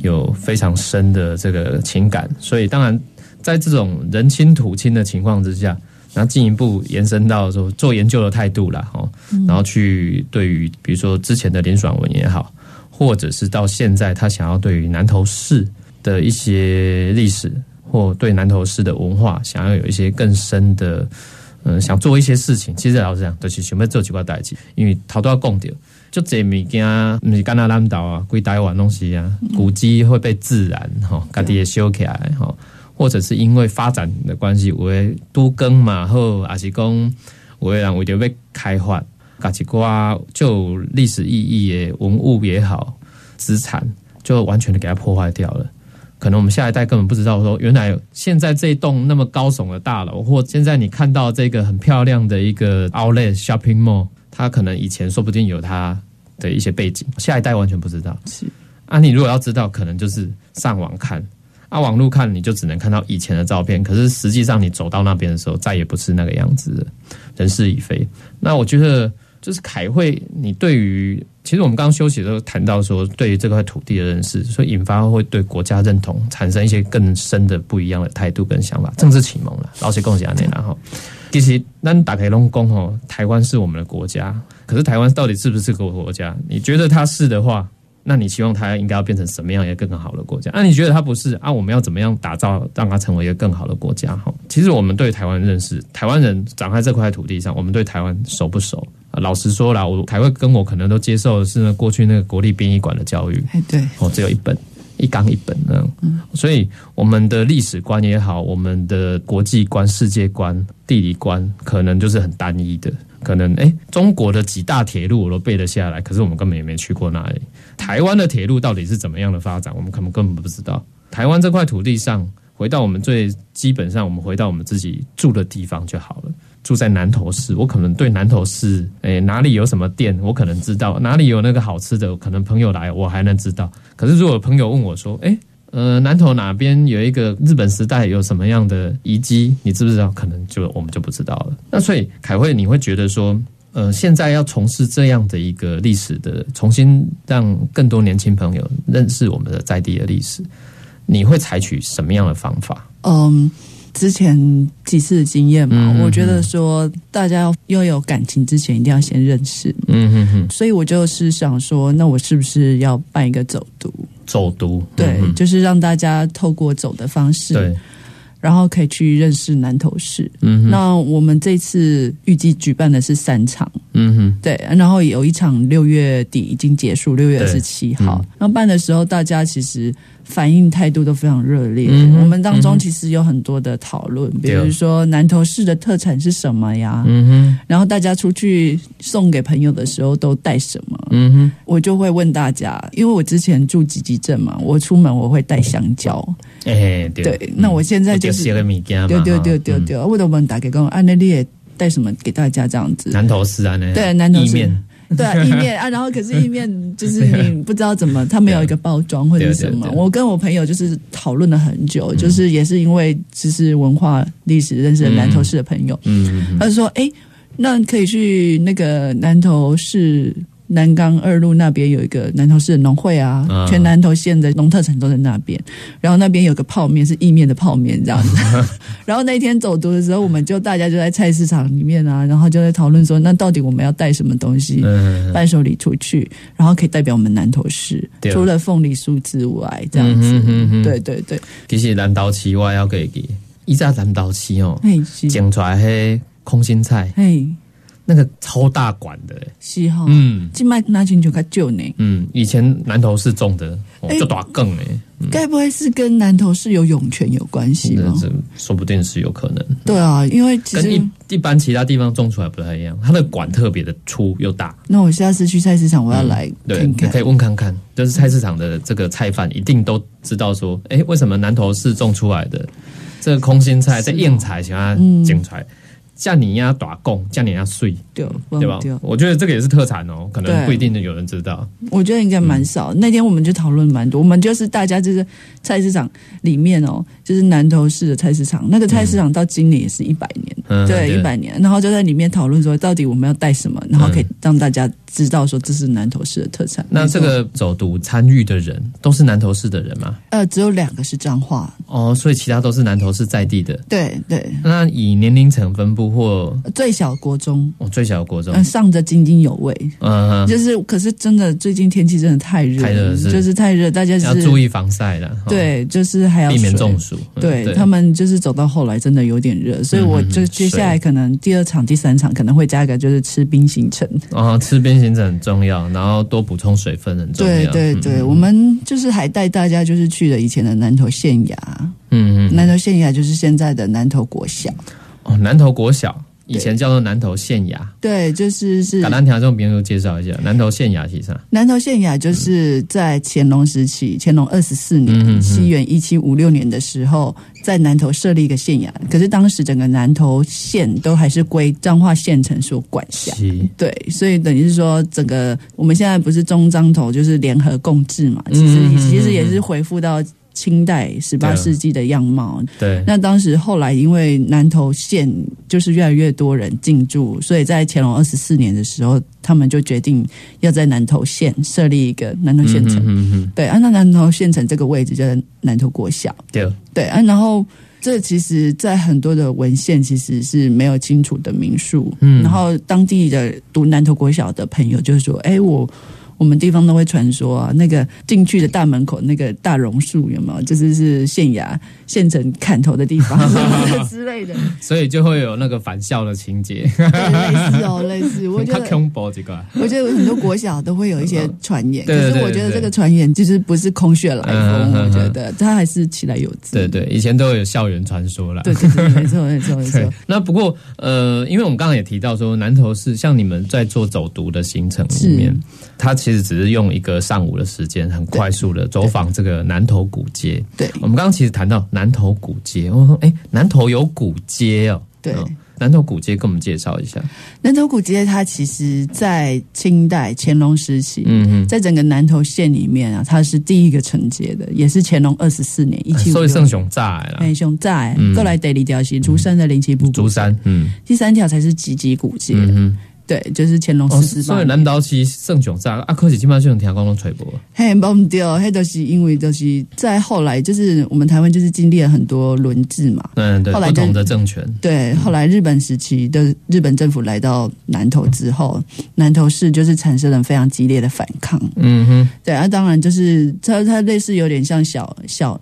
[SPEAKER 2] 有非常深的这个情感，所以当然在这种人亲土亲的情况之下，然后进一步延伸到说做研究的态度啦，哦，然后去对于比如说之前的林爽文也好，或者是到现在他想要对于南投市的一些历史或对南投市的文化，想要有一些更深的。嗯，想做一些事情，其实老实讲，就是想要做几块代志，因为头都要讲掉，就这物件，毋是干那咱岛啊，归台湾拢是啊，古迹会被自然吼，家己会修起来哦吼，或者是因为发展的关系，有诶都更嘛好，也是讲有诶人为着要开发，家一寡就历史意义诶文物也好，资产就完全的给它破坏掉了。可能我们下一代根本不知道说，原来现在这一栋那么高耸的大楼，或现在你看到这个很漂亮的一个 outlet shopping mall，它可能以前说不定有它的一些背景，下一代完全不知道。
[SPEAKER 3] 是
[SPEAKER 2] 啊，你如果要知道，可能就是上网看。啊，网络看你就只能看到以前的照片，可是实际上你走到那边的时候，再也不是那个样子了，人事已非。那我觉得就是凯慧，你对于其实我们刚刚休息的时候谈到说，对于这块土地的认识，所以引发会对国家认同产生一些更深的不一样的态度跟想法，政治启蒙了，老实讲是安内啦哈。其实咱打开龙宫吼，台湾是我们的国家，可是台湾到底是不是个国家？你觉得它是的话，那你希望它应该要变成什么样一个更好的国家？啊，你觉得它不是啊？我们要怎么样打造，让它成为一个更好的国家？哈，其实我们对台湾认识，台湾人长在这块土地上，我们对台湾熟不熟？啊老实说啦，我台湾跟我可能都接受的是呢过去那个国立殡仪馆的教育，
[SPEAKER 3] 哎，对，
[SPEAKER 2] 哦，只有一本，一纲一本那样。所以我们的历史观也好，我们的国际观、世界观、地理观，可能就是很单一的。可能哎，诶中国的几大铁路我都背得下来，可是我们根本也没去过那里。台湾的铁路到底是怎么样的发展，我们可能根本不知道。台湾这块土地上，回到我们最基本上，我们回到我们自己住的地方就好了。住在南投市，我可能对南投市，诶、哪里有什么店，我可能知道；哪里有那个好吃的，可能朋友来我还能知道。可是如果朋友问我说，诶、呃，南投哪边有一个日本时代有什么样的遗迹，你知不知道？可能就我们就不知道了。那所以凯慧，你会觉得说，呃，现在要从事这样的一个历史的，重新让更多年轻朋友认识我们的在地的历史，你会采取什么样的方法？
[SPEAKER 3] 嗯，之前几次的经验嘛，
[SPEAKER 2] 嗯嗯嗯
[SPEAKER 3] 我觉得说大家要要有感情之前，一定要先认识。
[SPEAKER 2] 嗯哼哼，
[SPEAKER 3] 所以我就是想说，那我是不是要办一个走读？
[SPEAKER 2] 走读，
[SPEAKER 3] 对，
[SPEAKER 2] 嗯哼
[SPEAKER 3] 就是让大家透过走的方式，
[SPEAKER 2] 对，
[SPEAKER 3] 然后可以去认识南投市。
[SPEAKER 2] 嗯哼，
[SPEAKER 3] 那我们这次预计举办的是三场，
[SPEAKER 2] 嗯哼，
[SPEAKER 3] 对，然后有一场六月底已经结束，六月二
[SPEAKER 2] 对
[SPEAKER 3] 十七号
[SPEAKER 2] 嗯。
[SPEAKER 3] 然后办的时候，大家其实反应态度都非常热烈。
[SPEAKER 2] 嗯哼
[SPEAKER 3] 我们当
[SPEAKER 2] 嗯哼
[SPEAKER 3] 中其实有很多的讨论，比
[SPEAKER 2] 对
[SPEAKER 3] 如说南投市的特产是什么呀？
[SPEAKER 2] 嗯哼，
[SPEAKER 3] 然后大家出去送给朋友的时候都带什么？
[SPEAKER 2] 嗯哼，
[SPEAKER 3] 我就会问大家，因为我之前住集集镇嘛，我出门我会带香蕉。
[SPEAKER 2] 哎、对，
[SPEAKER 3] 对，那我现在就
[SPEAKER 2] 有
[SPEAKER 3] 是
[SPEAKER 2] 这些个物件嘛，
[SPEAKER 3] 对对对
[SPEAKER 2] 哈
[SPEAKER 3] 对
[SPEAKER 2] 嗯
[SPEAKER 3] 对，我的问打给工，安那你也带什么给大家这样子？
[SPEAKER 2] 南投市啊，呢，
[SPEAKER 3] 对南投市
[SPEAKER 2] 意面，
[SPEAKER 3] 对啊，意面啊，然后可是意面就是你不知道怎么，它没有一个包装或者是什
[SPEAKER 2] 对
[SPEAKER 3] 么
[SPEAKER 2] 对。对嗯
[SPEAKER 3] 我跟我朋友就是讨论了很久，就是也是因为就是文化历史认识了南投市的朋友，
[SPEAKER 2] 嗯，嗯
[SPEAKER 3] 他就说：“哎，那可以去那个南投市南岗二路那边有一个南投市的农会啊，
[SPEAKER 2] 嗯
[SPEAKER 3] 全南投县的农特产都在那边。然后那边有个泡面是意面的泡面这 样子。然后那天走读的时候，我们就大家就在菜市场里面啊，然后就在讨论说，那到底我们要带什么东西？”
[SPEAKER 2] 嗯，
[SPEAKER 3] 伴手礼出去，然后可以代表我们南投市
[SPEAKER 2] 对，啊
[SPEAKER 3] 除了凤梨酥之外，这样子，
[SPEAKER 2] 嗯哼嗯哼
[SPEAKER 3] 对对对，
[SPEAKER 2] 其实南投市我也要给给，以前南投市哦，
[SPEAKER 3] 嘿是，
[SPEAKER 2] 种出来迄空心菜，
[SPEAKER 3] 嘿
[SPEAKER 2] 那个超大管的、欸
[SPEAKER 3] 是哈，
[SPEAKER 2] 嗯
[SPEAKER 3] 今麦拿进就较旧呢，
[SPEAKER 2] 嗯，以前南投市种的，哦
[SPEAKER 3] 哎
[SPEAKER 2] 就打更哎，
[SPEAKER 3] 该不会是跟南投市有涌泉有关系
[SPEAKER 2] 那
[SPEAKER 3] 吗？
[SPEAKER 2] 这说不定是有可能，
[SPEAKER 3] 对啊，因为其
[SPEAKER 2] 跟
[SPEAKER 3] 实
[SPEAKER 2] 一一般其他地方种出来不太一样，它的管特别的粗又大。
[SPEAKER 3] 那我下次去菜市场，我要来
[SPEAKER 2] 嗯对，
[SPEAKER 3] 看
[SPEAKER 2] 你可
[SPEAKER 3] 看
[SPEAKER 2] 以。问看看，就是菜市场的这个菜贩一定都知道说，哎、为什么南投市种出来的这个空心菜在硬菜想要种出来，像你呀打供，像你呀碎，
[SPEAKER 3] 对
[SPEAKER 2] 对吧？
[SPEAKER 3] 对，
[SPEAKER 2] 我觉得这个也是特产哦，可能
[SPEAKER 3] 对
[SPEAKER 2] 不一定有人知道。
[SPEAKER 3] 我觉得应该蛮
[SPEAKER 2] 嗯
[SPEAKER 3] 少。那天我们就讨论蛮多，我们就是大家就是菜市场里面哦，就是南投市的菜市场，那个菜市场到今年也是一百年，
[SPEAKER 2] 嗯，
[SPEAKER 3] 对，一百年，然后就在里面讨论说，到底我们要带什么，然后可以让大家知道说这是南投市的特产。
[SPEAKER 2] 那
[SPEAKER 3] 没错
[SPEAKER 2] 这个走读参与的人都是南投市的人吗？
[SPEAKER 3] 呃，只有两个是彰化，
[SPEAKER 2] 哦，所以其他都是南投市在地的。
[SPEAKER 3] 对对，
[SPEAKER 2] 那以年龄层分布或
[SPEAKER 3] 最小国中，
[SPEAKER 2] 哦最小的国中
[SPEAKER 3] 嗯、，上着津津有味。
[SPEAKER 2] 嗯，
[SPEAKER 3] 就是，可是真的，最近天气真的太热了，
[SPEAKER 2] 太热了是
[SPEAKER 3] 就是太热，大家、
[SPEAKER 2] 要
[SPEAKER 3] 是
[SPEAKER 2] 注意防晒了，哦，
[SPEAKER 3] 对，就是还要
[SPEAKER 2] 避免
[SPEAKER 3] 水
[SPEAKER 2] 中暑。嗯
[SPEAKER 3] 对他们就是走到后来真的有点热，所以我
[SPEAKER 2] 嗯嗯
[SPEAKER 3] 就
[SPEAKER 2] 嗯
[SPEAKER 3] 接下来可能第二场、第三场可能会加一个就是吃冰行程。
[SPEAKER 2] 哦，吃边形是很重要，然后多补充水分很重
[SPEAKER 3] 对
[SPEAKER 2] 要。
[SPEAKER 3] 对对，我们就是还带大家就是去了以前的南投县衙，
[SPEAKER 2] 嗯嗯，
[SPEAKER 3] 南投县衙就是现在的南投国小。
[SPEAKER 2] 哦，南投国小以前叫做南投县衙，
[SPEAKER 3] 对，就是是
[SPEAKER 2] 橄榄条这种朋友介绍一下，南投县衙其实啊
[SPEAKER 3] 南投县衙，就是在乾隆时期，乾隆二十四
[SPEAKER 2] 嗯嗯嗯
[SPEAKER 3] 年，西元一七五六年的时候，在南投设立一个县衙，可是当时整个南投县都还是归彰化县城所管辖。
[SPEAKER 2] 是，
[SPEAKER 3] 对，所以等于是说，整个我们现在不是中彰头就是联合共治嘛，
[SPEAKER 2] 嗯
[SPEAKER 3] 其实
[SPEAKER 2] 嗯嗯
[SPEAKER 3] 其实也是恢复到清代十
[SPEAKER 2] 对啊
[SPEAKER 3] 八世纪的样貌。
[SPEAKER 2] 对，
[SPEAKER 3] 那当时后来因为南投县就是越来越多人进驻，所以在乾隆二十四年的时候，他们就决定要在南投县设立一个南投县城。
[SPEAKER 2] 嗯嗯嗯，
[SPEAKER 3] 对，啊，那南投县城这个位置就在南投国小。
[SPEAKER 2] 对，
[SPEAKER 3] 对啊，然后这其实，在很多的文献其实是没有清楚的明述。
[SPEAKER 2] 嗯
[SPEAKER 3] 然后当地的读南投国小的朋友就说：“哎，我我们地方都会传说啊，那个进去的大门口那个大榕树有没有？就是是县衙县城砍头的地 方什么的之类的，
[SPEAKER 2] 所以就会有那个返校的情节，
[SPEAKER 3] 对类似哦，类似。我觉
[SPEAKER 2] 他
[SPEAKER 3] 得。”
[SPEAKER 2] 恐怖这个，
[SPEAKER 3] 我觉得很多国小都会有一些传言，
[SPEAKER 2] 对对
[SPEAKER 3] 可
[SPEAKER 2] 对
[SPEAKER 3] 是我觉得
[SPEAKER 2] 对
[SPEAKER 3] 这个传言就是不是空穴来
[SPEAKER 2] 嗯嗯
[SPEAKER 3] 风，
[SPEAKER 2] 嗯
[SPEAKER 3] 我觉得它还是起来有自。
[SPEAKER 2] 对对，以前都有校园传说啦。
[SPEAKER 3] 对对对，没错没错没 错
[SPEAKER 2] 对。，那不过呃，因为我们刚刚也提到说，南投市像你们在做走读的行程里面，它其实只是用一个上午的时间，很快速的走访这个南投古街。
[SPEAKER 3] 对
[SPEAKER 2] 我们刚刚其实谈到南投古街，我说哎，诶南投有古街哦，
[SPEAKER 3] 对
[SPEAKER 2] 嗯南投古街跟我们介绍一下。
[SPEAKER 3] 南投古街它其实在清代乾隆时期，
[SPEAKER 2] 嗯
[SPEAKER 3] 在整个南投县里面啊，它是第一个承接的，也是乾隆二十四年一
[SPEAKER 2] 嗯，
[SPEAKER 3] 七五
[SPEAKER 2] 所以
[SPEAKER 3] 六
[SPEAKER 2] 圣。雄炸啦，
[SPEAKER 3] 哎，熊在
[SPEAKER 2] 嗯
[SPEAKER 3] 过来得里条溪，竹山的灵奇瀑布，
[SPEAKER 2] 竹山，嗯
[SPEAKER 3] 第三条才是吉吉古街，
[SPEAKER 2] 嗯嗯，
[SPEAKER 3] 对，就是乾隆
[SPEAKER 2] 哦，
[SPEAKER 3] 四十
[SPEAKER 2] 所
[SPEAKER 3] 八
[SPEAKER 2] 以
[SPEAKER 3] 年。
[SPEAKER 2] 南投市圣雄炸啊，可是基本上就听讲拢吹波，
[SPEAKER 3] 嘿，帮我们丢，嘿，就是因为就是在后来，就是我们台湾就是经历了很多轮治嘛，
[SPEAKER 2] 嗯，对，
[SPEAKER 3] 后来
[SPEAKER 2] 不
[SPEAKER 3] 就
[SPEAKER 2] 同的政权，
[SPEAKER 3] 对，后来日本时期的日本政府来到南投之后，南投市就是产生了非常激烈的反抗。
[SPEAKER 2] 嗯哼，
[SPEAKER 3] 对啊，当然就是它它类似有点像小小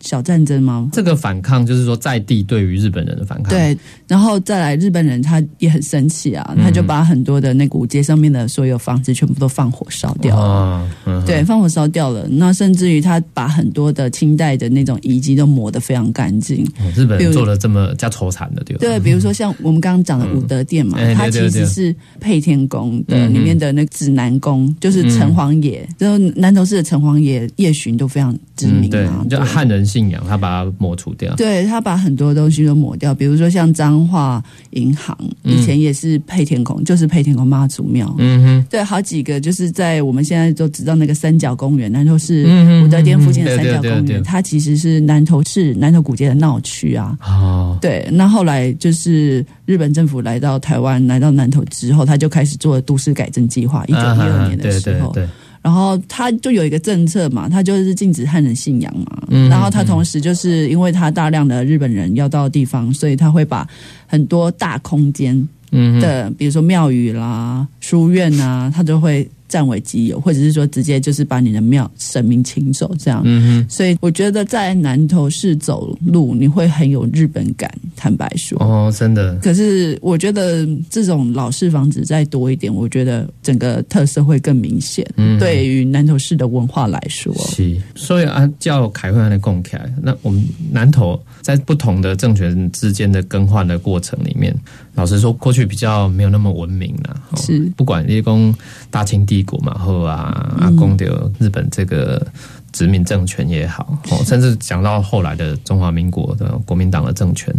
[SPEAKER 3] 小战争吗？
[SPEAKER 2] 这个反抗就是说在地对于日本人的反抗。，
[SPEAKER 3] 对，然后再来日本人他也很生气啊，他
[SPEAKER 2] 嗯
[SPEAKER 3] 就把很多的那古街上面的所有房子全部都放火烧掉了。
[SPEAKER 2] 啊，嗯，
[SPEAKER 3] 对，放火烧掉了。那甚至于他把很多的清代的那种遗迹都磨得非常干净。
[SPEAKER 2] 哦日本
[SPEAKER 3] 比
[SPEAKER 2] 人
[SPEAKER 3] 如
[SPEAKER 2] 做的这么加愁惨的，对吧？嗯
[SPEAKER 3] 对，比如说像我们刚刚讲的武德殿嘛，
[SPEAKER 2] 哎
[SPEAKER 3] 它
[SPEAKER 2] 对对
[SPEAKER 3] 其
[SPEAKER 2] 对
[SPEAKER 3] 实是配天宫的、
[SPEAKER 2] 嗯
[SPEAKER 3] 里面的那个指南宫，就是城隍爷，就是南投市的城隍爷叶巡都非常知
[SPEAKER 2] 嗯，
[SPEAKER 3] 名
[SPEAKER 2] 对
[SPEAKER 3] 啊。，
[SPEAKER 2] 就
[SPEAKER 3] 对
[SPEAKER 2] 汉人信仰，他把它抹除掉。
[SPEAKER 3] 对他把很多东西都抹掉，比如说像彰化银行，以前也是配天宫，就是配天宫妈祖庙。
[SPEAKER 2] 嗯
[SPEAKER 3] 对，好几个就是在我们现在都知道那个三角公园，南投市
[SPEAKER 2] 嗯嗯
[SPEAKER 3] 武德殿附
[SPEAKER 2] 嗯
[SPEAKER 3] 近的
[SPEAKER 2] 嗯
[SPEAKER 3] 三角
[SPEAKER 2] 对对
[SPEAKER 3] 公
[SPEAKER 2] 对对
[SPEAKER 3] 园，它其实是南投市南投古街的闹区啊。
[SPEAKER 2] 哼，哦，
[SPEAKER 3] 对，那后来就是日本政府来到台湾，来到南投之后，他就开始做都市改正计划，一九一二年的时候，
[SPEAKER 2] 啊对对对，
[SPEAKER 3] 然后他就有一个政策嘛，他就是禁止汉人信仰嘛。
[SPEAKER 2] 嗯
[SPEAKER 3] 然后他同时就是因为他大量的日本人要到地方，所以他会把很多大空间
[SPEAKER 2] 嗯哼，
[SPEAKER 3] 的，比如说庙宇啦、书院啊，他都会占为己有，或者是说直接就是把你的庙神明请走这样。
[SPEAKER 2] 嗯
[SPEAKER 3] 所以我觉得在南投市走路，你会很有日本感，坦白说。
[SPEAKER 2] 哼，哦，真的，
[SPEAKER 3] 可是我觉得这种老式房子再多一点，我觉得整个特色会更明显。
[SPEAKER 2] 嗯
[SPEAKER 3] 对于南投市的文化来说，
[SPEAKER 2] 是，所以啊，叫凯惠安的供起来。那我们南投在不同的政权之间的更换的过程里面，老实说，过去比较没有那么文明啦。吼
[SPEAKER 3] 是
[SPEAKER 2] 不管一公大清帝国嘛，后啊，阿公的日本这个殖民政权也好，吼甚至讲到后来的中华民国的国民党的政权，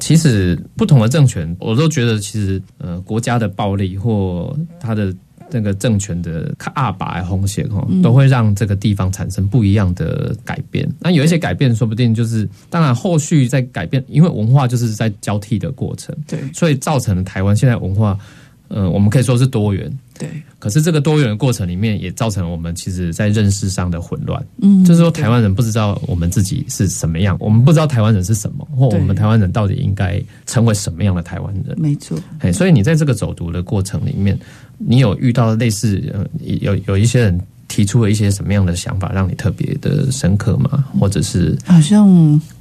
[SPEAKER 2] 其实不同的政权，我都觉得其实呃，国家的暴力或它的那个政权的阿拔红血哈，都会让这个地方产生不一样的改变。那有一些改变，说不定就是当然后续在改变，因为文化就是在交替的过程，
[SPEAKER 3] 对
[SPEAKER 2] 所以造成了台湾现在文化，呃，我们可以说是多元，
[SPEAKER 3] 对，
[SPEAKER 2] 可是这个多元的过程里面，也造成了我们其实在认识上的混乱。
[SPEAKER 3] 嗯
[SPEAKER 2] 就是说台湾人不知道我们自己是什么样，我们不知道台湾人是什么，或我
[SPEAKER 3] 对
[SPEAKER 2] 们台湾人到底应该成为什么样的台湾人。
[SPEAKER 3] 没错，
[SPEAKER 2] 哎，所以你在这个走读的过程里面，你有遇到类似呃有有一些人提出了一些什么样的想法，让你特别的深刻吗？或者是
[SPEAKER 3] 好像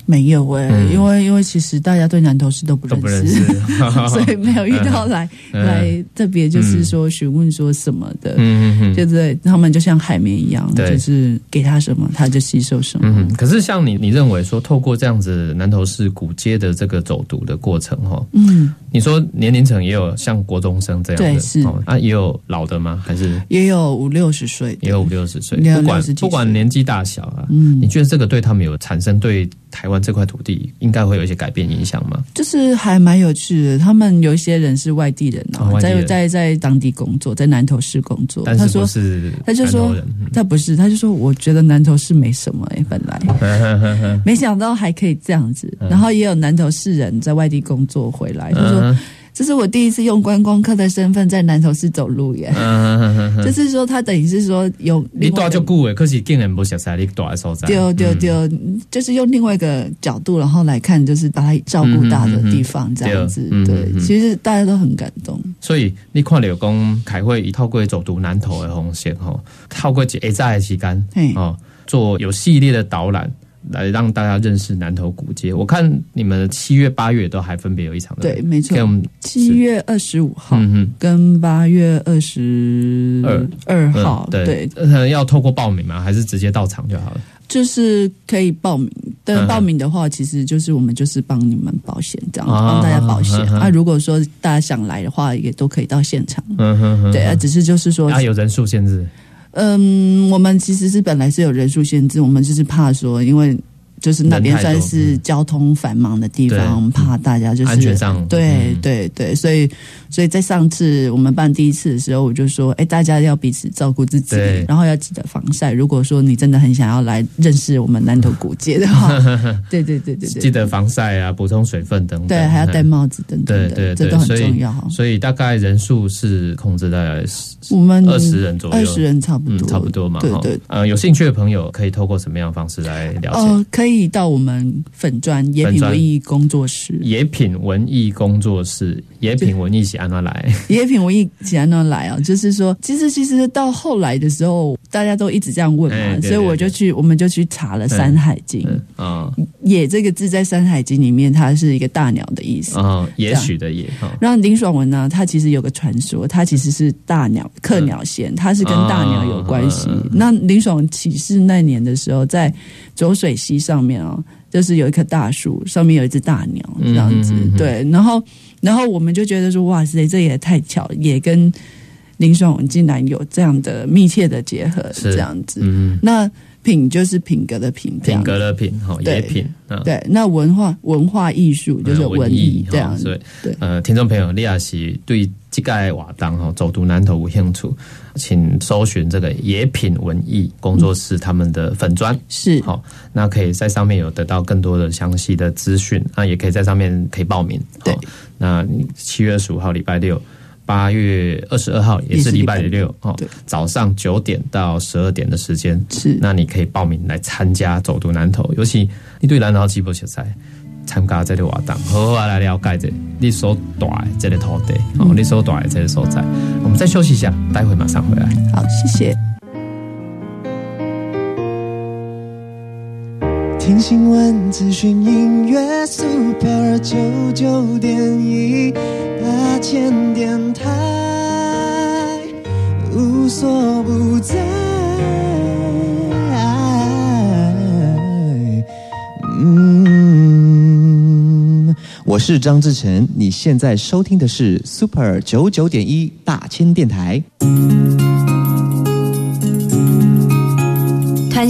[SPEAKER 3] 没有哎、
[SPEAKER 2] 嗯
[SPEAKER 3] 因为因为其实大家对南投市都不
[SPEAKER 2] 都
[SPEAKER 3] 认
[SPEAKER 2] 不认识 哦
[SPEAKER 3] 识，所以没有遇到来、
[SPEAKER 2] 嗯
[SPEAKER 3] 来特别就是说询问说什么的。
[SPEAKER 2] 嗯嗯嗯
[SPEAKER 3] 对不对？他们就像海绵一样，
[SPEAKER 2] 对
[SPEAKER 3] 就是给他什么，他就吸收什么。
[SPEAKER 2] 嗯，可是像你，你认为说透过这样子南投市古街的这个走读的过程哈，
[SPEAKER 3] 嗯，
[SPEAKER 2] 你说年龄层也有像国中生这样的，
[SPEAKER 3] 对是
[SPEAKER 2] 哦啊，也有老的吗？还是
[SPEAKER 3] 也有五六十岁的，
[SPEAKER 2] 也有五六十岁？
[SPEAKER 3] 也有
[SPEAKER 2] 不管
[SPEAKER 3] 60几岁
[SPEAKER 2] 不管年纪大小啊，
[SPEAKER 3] 嗯
[SPEAKER 2] 你觉得这个对他们有产生对台湾这块土地应该会有一些改变影响吗？
[SPEAKER 3] 就是还蛮有趣的。他们有一些人是外地人啊，
[SPEAKER 2] 哦外地
[SPEAKER 3] 在
[SPEAKER 2] 人
[SPEAKER 3] 在在当地工作，在南投市工作。
[SPEAKER 2] 但
[SPEAKER 3] 他
[SPEAKER 2] 是不
[SPEAKER 3] 说
[SPEAKER 2] 是
[SPEAKER 3] 他就说
[SPEAKER 2] 南投人
[SPEAKER 3] 他不是，他就说我觉得南投市没什么哎、本来
[SPEAKER 2] 嗯
[SPEAKER 3] 没想到还可以这样子。然后也有南投市人在外地工作回来，他说
[SPEAKER 2] 嗯
[SPEAKER 3] 这是我第一次用观光客的身份在南投市走路耶。
[SPEAKER 2] 嗯嗯，
[SPEAKER 3] 就是说，他等于是说有
[SPEAKER 2] 你
[SPEAKER 3] 另外
[SPEAKER 2] 大
[SPEAKER 3] 一
[SPEAKER 2] 就
[SPEAKER 3] 个
[SPEAKER 2] 久诶，可是竟然不熟悉你大的所在，
[SPEAKER 3] 丢丢
[SPEAKER 2] 嗯
[SPEAKER 3] 丢，就是用另外一个角度，然后来看，就是把它照顾大的地方这样子
[SPEAKER 2] 嗯嗯嗯嗯。对
[SPEAKER 3] 对
[SPEAKER 2] 嗯嗯，
[SPEAKER 3] 其实大家都很感动。
[SPEAKER 2] 所以你看到讲开会伊透过走读南投的红线吼，透过一下早的时间
[SPEAKER 3] 嘿
[SPEAKER 2] 哦，做有系列的导览。来让大家认识南投古街。我看你们七月、八月都还分别有一场的，
[SPEAKER 3] 对，没错
[SPEAKER 2] 给我。们
[SPEAKER 3] 七月二十五号
[SPEAKER 2] 嗯嗯
[SPEAKER 3] 跟八月二十二号，
[SPEAKER 2] 嗯
[SPEAKER 3] 对，
[SPEAKER 2] 呃要透过报名吗？还是直接到场就好了？
[SPEAKER 3] 就是可以报名。
[SPEAKER 2] 嗯
[SPEAKER 3] 但
[SPEAKER 2] 哼
[SPEAKER 3] 报名的话，其实就是我们就是帮你们保险这样，
[SPEAKER 2] 啊
[SPEAKER 3] 帮大家保险。
[SPEAKER 2] 嗯哼
[SPEAKER 3] 啊，如果说大家想来的话，也都可以到现场。
[SPEAKER 2] 嗯哼哼，
[SPEAKER 3] 对啊，只是就是说，
[SPEAKER 2] 啊有人数限制，
[SPEAKER 3] 嗯，我们其实是本来是有人数限制，我们就是怕说，因为就是那边
[SPEAKER 2] 人太多嗯
[SPEAKER 3] 算是交通繁忙的地
[SPEAKER 2] 对
[SPEAKER 3] 方，我们怕大家就是
[SPEAKER 2] 安全上
[SPEAKER 3] 对
[SPEAKER 2] 嗯
[SPEAKER 3] 对对，所以所以在上次我们办第一次的时候，我就说，哎，大家要彼此照顾自己
[SPEAKER 2] 对，
[SPEAKER 3] 然后要记得防晒。如果说你真的很想要来认识我们南投古街 的话，对对对对
[SPEAKER 2] 记
[SPEAKER 3] 对，
[SPEAKER 2] 得防晒啊，补充水分等等。
[SPEAKER 3] 对，还要戴
[SPEAKER 2] 嗯
[SPEAKER 3] 帽子等等
[SPEAKER 2] 对
[SPEAKER 3] 的，
[SPEAKER 2] 对
[SPEAKER 3] 这
[SPEAKER 2] 对，
[SPEAKER 3] 都很
[SPEAKER 2] 所
[SPEAKER 3] 重
[SPEAKER 2] 以
[SPEAKER 3] 要哈。
[SPEAKER 2] 所以大概人数是控制在十
[SPEAKER 3] 我们
[SPEAKER 2] 二十人左右，
[SPEAKER 3] 二十人差不
[SPEAKER 2] 嗯，
[SPEAKER 3] 多，
[SPEAKER 2] 差不多嘛。
[SPEAKER 3] 对
[SPEAKER 2] 哈
[SPEAKER 3] 对
[SPEAKER 2] 呃，有兴趣的朋友可以透过什么样的方式来了解？
[SPEAKER 3] 呃，可以到我们粉砖野
[SPEAKER 2] 粉
[SPEAKER 3] 品
[SPEAKER 2] 专
[SPEAKER 3] 文艺工作室，
[SPEAKER 2] 野品文艺工作室，野品文艺喜安娜来，
[SPEAKER 3] 野品文艺喜安呢来啊，就是说，其实其实到后来的时候，大家都一直这样问嘛，
[SPEAKER 2] 哎对对
[SPEAKER 3] 所以我就去，我们就去查了《山海经》
[SPEAKER 2] 嗯啊
[SPEAKER 3] 野这个字在《山海经》里面，它是一个大鸟的意思。
[SPEAKER 2] 啊，也许的也哈，
[SPEAKER 3] 然后林爽文呢，他其实有个传说，他其实是大鸟克鸟仙，他是跟大鸟有关系。
[SPEAKER 2] 嗯嗯嗯
[SPEAKER 3] 那林爽文起事那年的时候，在浊水溪上面哦，就是有一棵大树，上面有一只大鸟这样子。
[SPEAKER 2] 嗯嗯嗯嗯
[SPEAKER 3] 对，然后然后我们就觉得说，哇塞，这也太巧，也跟林爽文竟然有这样的密切的结合，
[SPEAKER 2] 是
[SPEAKER 3] 这样子。
[SPEAKER 2] 嗯，
[SPEAKER 3] 那品就是品格的品，这样
[SPEAKER 2] 品格的品哈，
[SPEAKER 3] 对
[SPEAKER 2] 也品啊。
[SPEAKER 3] 对，那文化文化艺术就是
[SPEAKER 2] 嗯
[SPEAKER 3] 文艺这样
[SPEAKER 2] 哈所
[SPEAKER 3] 子。
[SPEAKER 2] 以
[SPEAKER 3] 对
[SPEAKER 2] 呃，听众朋友，你也是对这个活动哈，走读南投有兴趣，请搜寻这个野品文艺工作室他们的粉砖。
[SPEAKER 3] 是
[SPEAKER 2] 好，那可以在上面有得到更多的详细的资讯，那也可以在上面可以报名。好
[SPEAKER 3] 对，
[SPEAKER 2] 那七月十五号礼拜六，八月二十二号也是礼拜
[SPEAKER 3] 也是礼拜
[SPEAKER 2] 六哦
[SPEAKER 3] 对，
[SPEAKER 2] 早上九点到十二点的时间，
[SPEAKER 3] 是
[SPEAKER 2] 那你可以报名来参加走读南投，尤其你对南投基本熟悉。参加这个活动，好好地来了解这你所住的这个土地，哦，你所住的这个所在。我们再休息一下，待会马上回来。
[SPEAKER 3] 好，谢谢。
[SPEAKER 5] 听新闻，资讯音乐，Super 九九点一，八千电台，无所不在。嗯，我是张志成，你现在收听的是 Super 九九点一大千电台。
[SPEAKER 1] 传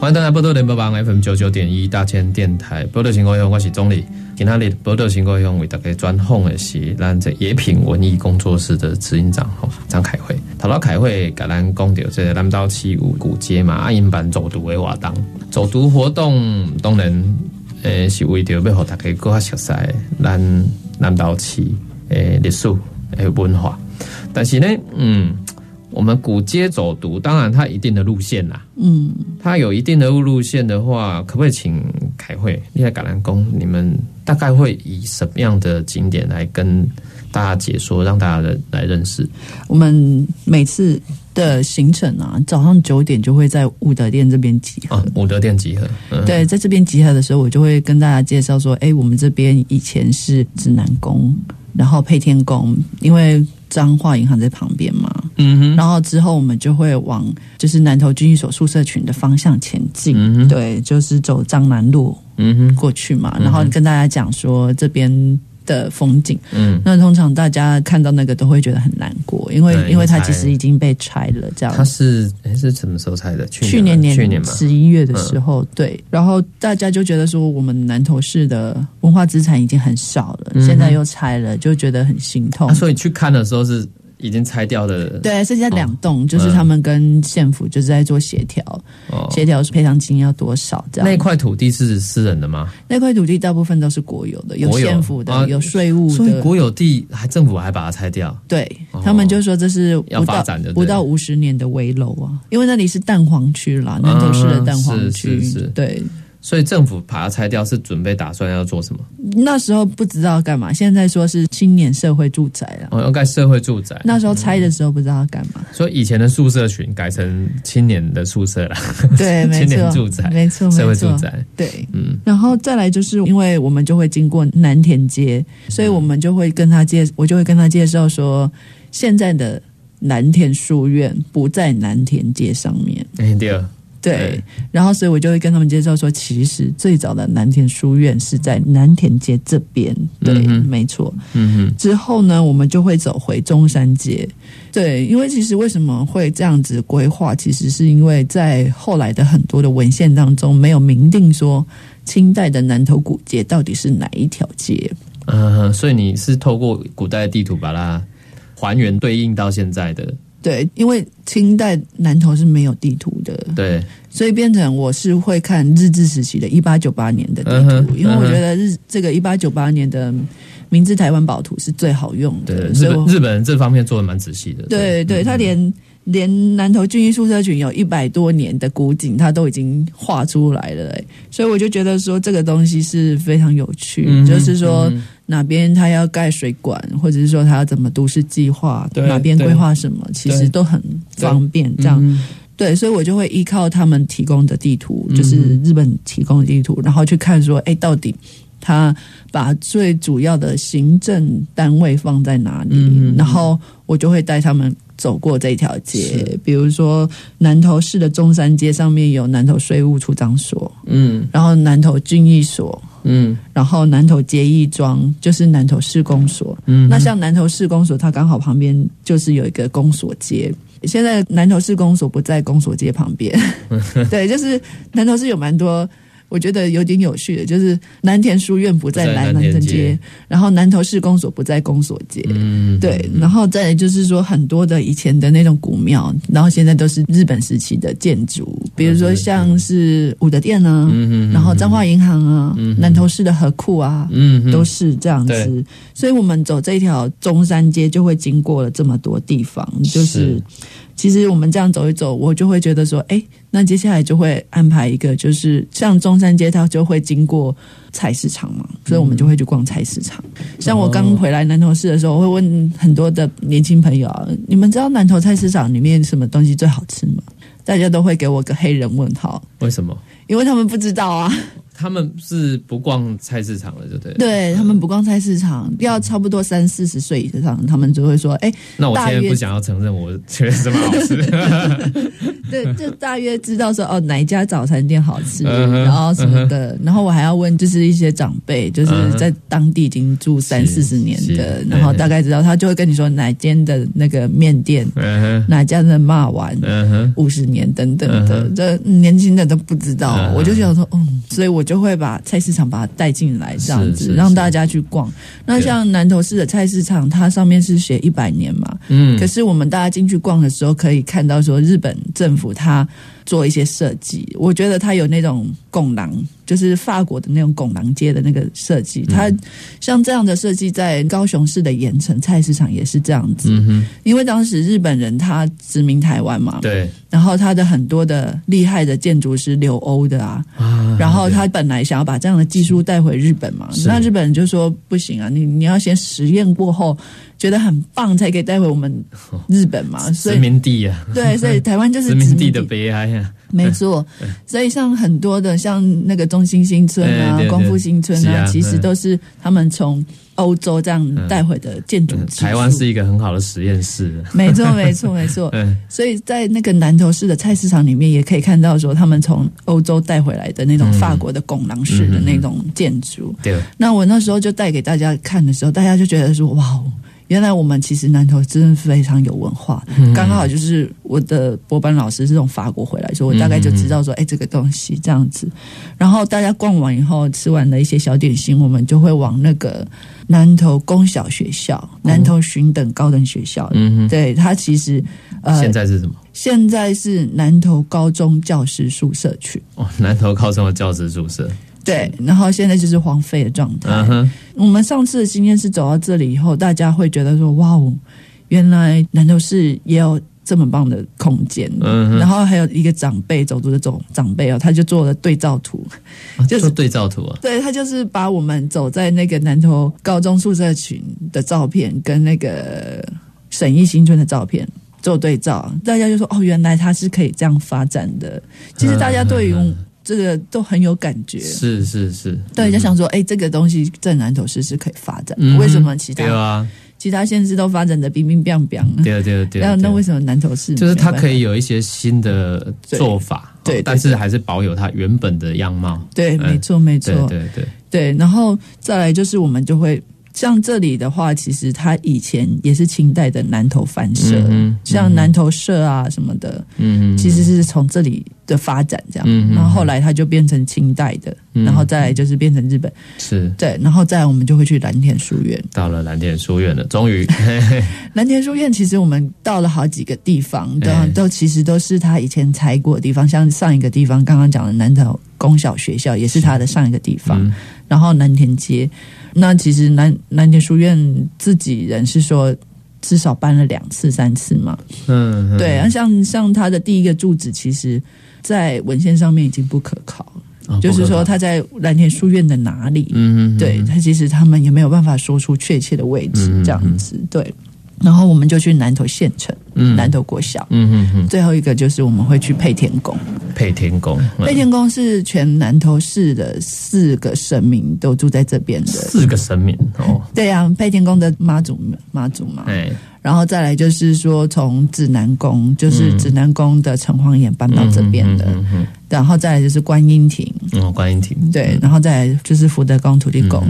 [SPEAKER 2] 欢迎大家波多联播网 FM 九九点一大千电台，波多情况乡，我是钟礼。今天日波多情况乡为大家专访的是咱这野品文艺工作室的执行长吼张凯慧。头到凯慧甲咱讲到这个南岛七五古街嘛，啊因办走读的活动，走读活动当然诶、是为着要互大家更较熟悉咱南岛市诶历史诶文化，但是呢，嗯，我们古街走读当然它有一定的路线啦。
[SPEAKER 3] 嗯，
[SPEAKER 2] 它有一定的路线的话，可不可以请凯慧、厉害橄榄宫，你们大概会以什么样的景点来跟大家解说，让大家来认识？
[SPEAKER 3] 我们每次的行程啊，早上九点就会在武德店这边集合。
[SPEAKER 2] 啊，武德殿集合，嗯，
[SPEAKER 3] 对，在这边集合的时候，我就会跟大家介绍说，哎，我们这边以前是指南宫，然后配天宫，因为彰化银行在旁边嘛，
[SPEAKER 2] 嗯哼，
[SPEAKER 3] 然后之后我们就会往就是南投军役所宿舍群的方向前进，
[SPEAKER 2] 嗯哼
[SPEAKER 3] 对，就是走彰南路
[SPEAKER 2] 嗯哼，
[SPEAKER 3] 过去嘛，然后跟大家讲说这边的风景。
[SPEAKER 2] 嗯，
[SPEAKER 3] 那通常大家看到那个都会觉得很难过，因为
[SPEAKER 2] 对
[SPEAKER 3] 因为它
[SPEAKER 2] 因为
[SPEAKER 3] 其实已经被拆了，这
[SPEAKER 2] 它
[SPEAKER 3] 样。
[SPEAKER 2] 是诶是什么时候拆的？去
[SPEAKER 3] 去年
[SPEAKER 2] 年吗去年
[SPEAKER 3] 年
[SPEAKER 2] 嘛，嗯
[SPEAKER 3] 十一月的时候，对，然后大家就觉得说，我们南投市的文化资产已经很少了，
[SPEAKER 2] 嗯哼
[SPEAKER 3] 现在又拆了，就觉得很心痛
[SPEAKER 2] 啊，。所以去看的时候是已经拆掉的，，
[SPEAKER 3] 对，剩下两栋，就是他们跟县府就是在做协调，
[SPEAKER 2] 哦，
[SPEAKER 3] 协调是赔偿金要多少这样。
[SPEAKER 2] 那块土地是私人的吗？
[SPEAKER 3] 那块土地大部分都是国有的，有
[SPEAKER 2] 国有
[SPEAKER 3] 县府
[SPEAKER 2] 啊
[SPEAKER 3] 的，有税务
[SPEAKER 2] 所以
[SPEAKER 3] 的，
[SPEAKER 2] 国有地还政府还把它拆掉，
[SPEAKER 3] 对
[SPEAKER 2] 哦
[SPEAKER 3] 他们就说这是
[SPEAKER 2] 要
[SPEAKER 3] 不
[SPEAKER 2] 发
[SPEAKER 3] 到
[SPEAKER 2] 展就对
[SPEAKER 3] 不到五十年的危楼啊，因为那里是蛋黄区啦，南投市的蛋黄区
[SPEAKER 2] 啊是是是，
[SPEAKER 3] 对。
[SPEAKER 2] 所以政府把它拆掉是准备打算要做什么？
[SPEAKER 3] 那时候不知道干嘛，现在说是青年社会住宅啦。
[SPEAKER 2] 哦，要盖社会住宅。
[SPEAKER 3] 那时候拆的时候不知道要干 嘛，
[SPEAKER 2] 所以以前的宿舍群改成青年的宿舍了，
[SPEAKER 3] 对，没
[SPEAKER 2] 青年
[SPEAKER 3] 错，
[SPEAKER 2] 住宅
[SPEAKER 3] 哦没错，
[SPEAKER 2] 社会
[SPEAKER 3] 没
[SPEAKER 2] 住
[SPEAKER 3] 错，
[SPEAKER 2] 宅。
[SPEAKER 3] 对。
[SPEAKER 2] 嗯，
[SPEAKER 3] 然后再来就是，因为我们就会经过南田街，所以我们就会跟他介，我就会跟他介绍说，现在的南田书院不在南田街上面。
[SPEAKER 2] 哎，第二，
[SPEAKER 3] 对，然后所以我就会跟他们介绍说，其实最早的南田书院是在南田街这边。对，
[SPEAKER 2] 嗯哼
[SPEAKER 3] 没错。
[SPEAKER 2] 嗯
[SPEAKER 3] 之后呢，我们就会走回中山街。对，因为其实为什么会这样子规划，其实是因为在后来的很多的文献当中，没有明定说清代的南头古街到底是哪一条街。
[SPEAKER 2] 哼，嗯、所以你是透过古代地图把它还原对应到现在的
[SPEAKER 3] 对，因为清代南投是没有地图的，
[SPEAKER 2] 对，
[SPEAKER 3] 所以变成我是会看日治时期的1898年的地
[SPEAKER 2] 嗯
[SPEAKER 3] 图，
[SPEAKER 2] 哼
[SPEAKER 3] 因为我
[SPEAKER 2] 嗯哼
[SPEAKER 3] 觉得日这个1898年的明治台湾宝图是最好用
[SPEAKER 2] 对，
[SPEAKER 3] 的，
[SPEAKER 2] 日
[SPEAKER 3] 所以
[SPEAKER 2] 本
[SPEAKER 3] 我
[SPEAKER 2] 日嗯本人这方面做的蛮仔细的。
[SPEAKER 3] 对对，他连连南投俊逸宿舍群有一百多年的古井，他都已经画出来了、欸，所以我就觉得说这个东西是非常有趣，
[SPEAKER 2] 嗯
[SPEAKER 3] 就是说
[SPEAKER 2] 嗯
[SPEAKER 3] 哪边他要盖水管，或者是说他要怎么都市计划，
[SPEAKER 2] 对
[SPEAKER 3] 哪边规划什么，其实都很方便。这样
[SPEAKER 2] 嗯
[SPEAKER 3] 对，所以我就会依靠他们提供的地图，就是日本提供的地图，然后去看说，哎，到底。他把最主要的行政单位放在哪里，
[SPEAKER 2] 嗯嗯嗯
[SPEAKER 3] 然后我就会带他们走过这条街
[SPEAKER 2] 是，
[SPEAKER 3] 比如说南投市的中山街上面有南投税务处长所，
[SPEAKER 2] 嗯
[SPEAKER 3] 然后南投军役所，
[SPEAKER 2] 嗯
[SPEAKER 3] 然后南投捷义庄就是南投市公所。
[SPEAKER 2] 嗯，
[SPEAKER 3] 那像南投市公所，它刚好旁边就是有一个公所街。现在南投市公所不在公所街旁边， 对，就是南投市有蛮多。我觉得有点有趣的，就是南田书院不在
[SPEAKER 2] 不在
[SPEAKER 3] 南
[SPEAKER 2] 南田
[SPEAKER 3] 南城
[SPEAKER 2] 街
[SPEAKER 3] 街，然后南投市公所不在公所街，
[SPEAKER 2] 嗯
[SPEAKER 3] 对，然后再来就是说很多的以前的那种古庙，然后现在都是日本时期的建筑，比如说像是武德殿啊，
[SPEAKER 2] 哦嗯嗯
[SPEAKER 3] 然后彰化银行啊，南投市的河库啊，
[SPEAKER 2] 嗯
[SPEAKER 3] 都是这样
[SPEAKER 2] 对
[SPEAKER 3] 子。所以我们走这条中山街就会经过了这么多地方，就是是其实我们这样走一走，我就会觉得说，哎，那接下来就会安排一个，就是像中山街它就会经过菜市场嘛，
[SPEAKER 2] 嗯
[SPEAKER 3] 所以我们就会去逛菜市场。
[SPEAKER 2] 哦
[SPEAKER 3] 像我刚回来南投市的时候，我会问很多的年轻朋友啊，你们知道南投菜市场里面什么东西最好吃吗？大家都会给我个黑人问号，
[SPEAKER 2] 为什么
[SPEAKER 3] 因为他们不知道啊。
[SPEAKER 2] 他们是不逛菜市场的，对不对？，
[SPEAKER 3] 对他们不逛菜市场，
[SPEAKER 2] 嗯
[SPEAKER 3] 要差不多三四十岁以上，他们就会说：“哎、
[SPEAKER 2] 那我
[SPEAKER 3] 大
[SPEAKER 2] 现在
[SPEAKER 3] 约
[SPEAKER 2] 不想要承认，我觉得这么好吃。
[SPEAKER 3] 对，就大约知道说哦哪一家早餐店好吃，
[SPEAKER 2] 嗯哼
[SPEAKER 3] 然后什么的。然后我还要问，就是一些长辈，就是
[SPEAKER 2] 嗯哼
[SPEAKER 3] 在当地已经住三
[SPEAKER 2] 是
[SPEAKER 3] 四十年的
[SPEAKER 2] 是，
[SPEAKER 3] 然后大概知道，他就会跟你说哪间的那个面店，
[SPEAKER 2] 嗯哼，
[SPEAKER 3] 哪家的骂完。
[SPEAKER 2] 嗯哼，
[SPEAKER 3] 五十年等等的
[SPEAKER 2] 嗯，
[SPEAKER 3] 这年轻的都不知道，
[SPEAKER 2] 嗯
[SPEAKER 3] 我就想说，嗯，所以我就会把菜市场把它带进来，这样
[SPEAKER 2] 是是
[SPEAKER 3] 子让大家去逛。那像南投市的菜市场，它上面是写一百年嘛，
[SPEAKER 2] 嗯
[SPEAKER 3] 可是我们大家进去逛的时候，可以看到说日本政府它做一些设计，我觉得它有那种拱廊，就是法国的那种拱廊街的那个设计。
[SPEAKER 2] 嗯
[SPEAKER 3] 它像这样的设计，在高雄市的盐城菜市场也是这样子，
[SPEAKER 2] 嗯哼，
[SPEAKER 3] 因为当时日本人他殖民台湾嘛，
[SPEAKER 2] 对
[SPEAKER 3] 然后他的很多的厉害的建筑师留欧的啊，
[SPEAKER 2] 啊
[SPEAKER 3] 然后他本来想要把这样的技术带回日本嘛，
[SPEAKER 2] 是
[SPEAKER 3] 那日本人就说不行啊，你你要先实验过后觉得很棒，才可以带回我们日本 嘛。所
[SPEAKER 2] 殖
[SPEAKER 3] 以
[SPEAKER 2] 民地啊，
[SPEAKER 3] 对，所 以台湾就是
[SPEAKER 2] 殖
[SPEAKER 3] 殖民
[SPEAKER 2] 民
[SPEAKER 3] 地
[SPEAKER 2] 地的悲哀啊，
[SPEAKER 3] 没错。所以像很多的像那个中心新村
[SPEAKER 2] 哎
[SPEAKER 3] 啊
[SPEAKER 2] 对、对
[SPEAKER 3] 光复新村
[SPEAKER 2] 是
[SPEAKER 3] 啊，
[SPEAKER 2] 啊
[SPEAKER 3] 其实都是他们从欧洲这样带回的建筑
[SPEAKER 2] 嗯
[SPEAKER 3] 技术。
[SPEAKER 2] 台湾是一个很好的实验室。
[SPEAKER 3] 没错，没错，没错。
[SPEAKER 2] 嗯，
[SPEAKER 3] 所以在那个南投市的菜市场里面，也可以看到说他们从欧洲带回来的那种法国的拱廊式的那种建筑。
[SPEAKER 2] 对，
[SPEAKER 3] 那我那时候就带给大家看的时候，大家就觉得说：“哇哦，原来我们其实南投真的非常有文化。刚好就是我的博班老师是从法国回来，所以我大概就知道说，哎、这个东西这样子。然后大家逛完以后，吃完了一些小点心，我们就会往那个南投公小学校、南投巡等高等学校。
[SPEAKER 2] 嗯
[SPEAKER 3] 对，它其实
[SPEAKER 2] 哼，
[SPEAKER 3] 呃
[SPEAKER 2] 现在是什么？
[SPEAKER 3] 现在是南投高中教师宿舍区，
[SPEAKER 2] 哦，南投高中的教师宿舍。
[SPEAKER 3] 对，然后现在就是荒废的状态。
[SPEAKER 2] 嗯哼，
[SPEAKER 3] 我们上次的经验是走到这里以后，大家会觉得说：“哇哦，原来南投市也有这么棒的空间。
[SPEAKER 2] 嗯哼
[SPEAKER 3] 然后还有一个长辈走读的走长辈哦，他就做了对照图，
[SPEAKER 2] 啊
[SPEAKER 3] 就是
[SPEAKER 2] 做对照图啊。
[SPEAKER 3] 对他就是把我们走在那个南投高中宿舍群的照片跟那个沈毅新村的照片做对照，大家就说哦，原来它是可以这样发展的。其实大家对于
[SPEAKER 2] 嗯嗯嗯
[SPEAKER 3] 这个都很有感觉，
[SPEAKER 2] 是是是，
[SPEAKER 3] 对，就想说，哎，这个东西在南投市是可以发展
[SPEAKER 2] 嗯
[SPEAKER 3] 的，
[SPEAKER 2] 哼
[SPEAKER 3] 为什么其
[SPEAKER 2] 对
[SPEAKER 3] 他
[SPEAKER 2] 啊，
[SPEAKER 3] 其他县市都发展的冰冰冰冰？
[SPEAKER 2] 对对对，
[SPEAKER 3] 嗯
[SPEAKER 2] 啊
[SPEAKER 3] 那那为
[SPEAKER 2] 对
[SPEAKER 3] 什么南投市
[SPEAKER 2] 就是它
[SPEAKER 3] 没有办法
[SPEAKER 2] 可以有一些新的做法，
[SPEAKER 3] 对对
[SPEAKER 2] 哦但是还是保有它原本的样貌。
[SPEAKER 3] 对，
[SPEAKER 2] 嗯
[SPEAKER 3] 没错没错
[SPEAKER 2] 对，对对，
[SPEAKER 3] 对，然后再来就是我们就会像这里的话，其实它以前也是清代的南头藩社，
[SPEAKER 2] 嗯哼
[SPEAKER 3] 像南头社啊什么的，
[SPEAKER 2] 嗯
[SPEAKER 3] 其实是从这里的发展这样。
[SPEAKER 2] 嗯嗯
[SPEAKER 3] 然后后来它就变成清代的，
[SPEAKER 2] 嗯
[SPEAKER 3] 然后再来就是变成日本，
[SPEAKER 2] 是
[SPEAKER 3] 对，然后再来我们就会去蓝田书院。
[SPEAKER 2] 到了蓝田书院了，终 于
[SPEAKER 3] 蓝田书院其实我们到了好几个地方，都、
[SPEAKER 2] 哎
[SPEAKER 3] 都其实都是他以前拆过的地方，像上一个地方刚刚讲的南头公小学校也是他的上一个地方，
[SPEAKER 2] 嗯
[SPEAKER 3] 然后南田街，那其实南南田书院自己人是说。至少搬了两次、三次嘛，
[SPEAKER 2] 嗯，嗯
[SPEAKER 3] 对。啊，像像他的第一个住址，其实，在文献上面已经不可靠了，
[SPEAKER 2] 哦
[SPEAKER 3] 就是
[SPEAKER 2] 不可
[SPEAKER 3] 说
[SPEAKER 2] 靠
[SPEAKER 3] 他在蓝田书院的哪里，
[SPEAKER 2] 嗯嗯
[SPEAKER 3] 对，他其实他们也没有办法说出确切的位
[SPEAKER 2] 嗯嗯
[SPEAKER 3] 置
[SPEAKER 2] 嗯，
[SPEAKER 3] 这样子对。然后我们就去南投县城，
[SPEAKER 2] 嗯
[SPEAKER 3] 南投国小。
[SPEAKER 2] 嗯嗯嗯
[SPEAKER 3] 最后一个就是我们会去配天宫，
[SPEAKER 2] 嗯配天宫
[SPEAKER 3] 配天宫是全南投市的四个神明都住在这边的。
[SPEAKER 2] 四个神明哦，
[SPEAKER 3] 对啊，配天宫的妈祖妈祖嘛，
[SPEAKER 2] 哎，
[SPEAKER 3] 然后再来就是说从指南宫，就是指南宫的城隍爷搬到这边的，
[SPEAKER 2] 嗯嗯嗯
[SPEAKER 3] 然后再来就是观音亭，
[SPEAKER 2] 嗯哦，观音亭，
[SPEAKER 3] 对，然后再来就是福德宫、土地公。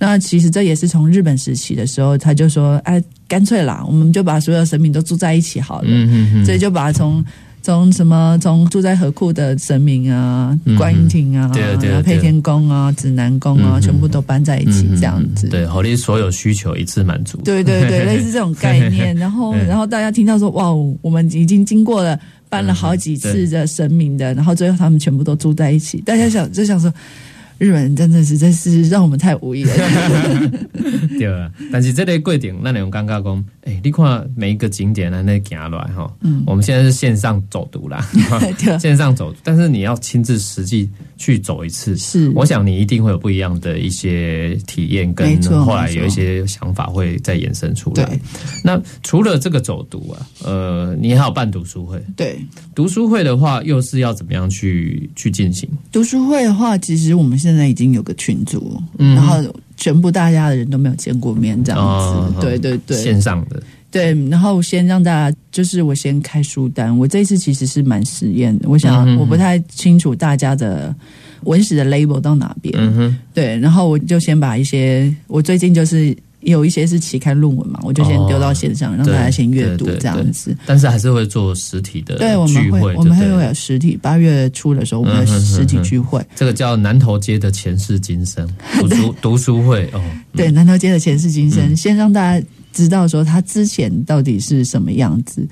[SPEAKER 3] 那其实这也是从日本时期的时候，他就说，哎，干脆啦，我们就把所有神明都住在一起好了。
[SPEAKER 2] 嗯嗯
[SPEAKER 3] 所以就把从从什么从住在河库的神明啊、
[SPEAKER 2] 嗯
[SPEAKER 3] 观音亭啊、
[SPEAKER 2] 对啊对啊
[SPEAKER 3] 然后
[SPEAKER 2] 对啊
[SPEAKER 3] 配天宫啊、指南宫啊，
[SPEAKER 2] 嗯
[SPEAKER 3] 全部都搬在一起这样子。
[SPEAKER 2] 对，好，你所有需求一次满足，
[SPEAKER 3] 对对对，类似这种概 念。然后，然后大家听到说，哇，我们已经经过了搬了好几次的神明的，然后最后他们全部都住在一起，大家想就想说。日本人真的是真是让我们太无语 了，
[SPEAKER 2] 对啊，但是这类规定，那你用尴尬讲，哎、你看每一个景点安尼行落来哈，我们现在是线上走读啦，
[SPEAKER 3] 对
[SPEAKER 2] 线上走读，但是你要亲自实际去走一次，
[SPEAKER 3] 是
[SPEAKER 2] 我想你一定会有不一样的一些体验，
[SPEAKER 3] 没
[SPEAKER 2] 跟
[SPEAKER 3] 错
[SPEAKER 2] 后来
[SPEAKER 3] 没错
[SPEAKER 2] 有一些想法会再延伸出来
[SPEAKER 3] 对。
[SPEAKER 2] 那除了这个走读啊，呃，你还有办读书会，
[SPEAKER 3] 对。
[SPEAKER 2] 读书会的话，又是要怎么样去去进行？
[SPEAKER 3] 读书会的话，其实我们现在已经有个群组，
[SPEAKER 2] 嗯
[SPEAKER 3] 然后全部大家的人都没有见过面，这样
[SPEAKER 2] 哦
[SPEAKER 3] 子。对对对
[SPEAKER 2] 线上的，
[SPEAKER 3] 对，然后先让大家，就是我先开书单。我这一次其实是蛮实验的，我
[SPEAKER 2] 嗯
[SPEAKER 3] 想
[SPEAKER 2] 哼哼
[SPEAKER 3] 我不太清楚大家的文史的 label 到哪边。
[SPEAKER 2] 嗯哼，
[SPEAKER 3] 对，然后我就先把一些，我最近就是有一些是期刊论文嘛，我就先丢到线上，让大家先阅读
[SPEAKER 2] 哦对对对
[SPEAKER 3] 这样子。
[SPEAKER 2] 但是还是会做实体的
[SPEAKER 3] 对，我
[SPEAKER 2] 聚
[SPEAKER 3] 们
[SPEAKER 2] 会
[SPEAKER 3] 会
[SPEAKER 2] 就
[SPEAKER 3] 我们会
[SPEAKER 2] 对了
[SPEAKER 3] 有实体，八月初的时候我们有
[SPEAKER 2] 嗯哼哼
[SPEAKER 3] 实体
[SPEAKER 2] 哼
[SPEAKER 3] 聚会。
[SPEAKER 2] 这个叫南头街的前世今生读书读书会哦，
[SPEAKER 3] 对，南头街的前世今
[SPEAKER 2] 嗯
[SPEAKER 3] 生，先让大家知道说他之前到底是什么样子。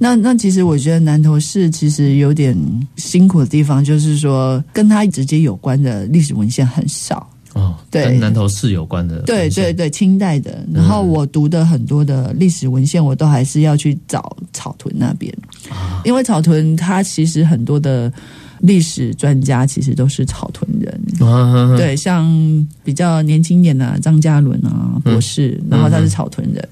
[SPEAKER 3] 那那其实我觉得南头市其实有点辛苦的地方，就是说跟他直接有关的历史文献很少。
[SPEAKER 2] 哦，
[SPEAKER 3] 对
[SPEAKER 2] 跟南头市有关的
[SPEAKER 3] 对
[SPEAKER 2] 文献嗯
[SPEAKER 3] 对，对，清代的。然后我读的很多的历史文献，我都还是要去找草屯那边，
[SPEAKER 2] 啊
[SPEAKER 3] 因为草屯它其实很多的历史专家其实都是草屯人。
[SPEAKER 2] 啊
[SPEAKER 3] 对，像比较年轻一点的张嘉伦啊博士，然后他是草屯人，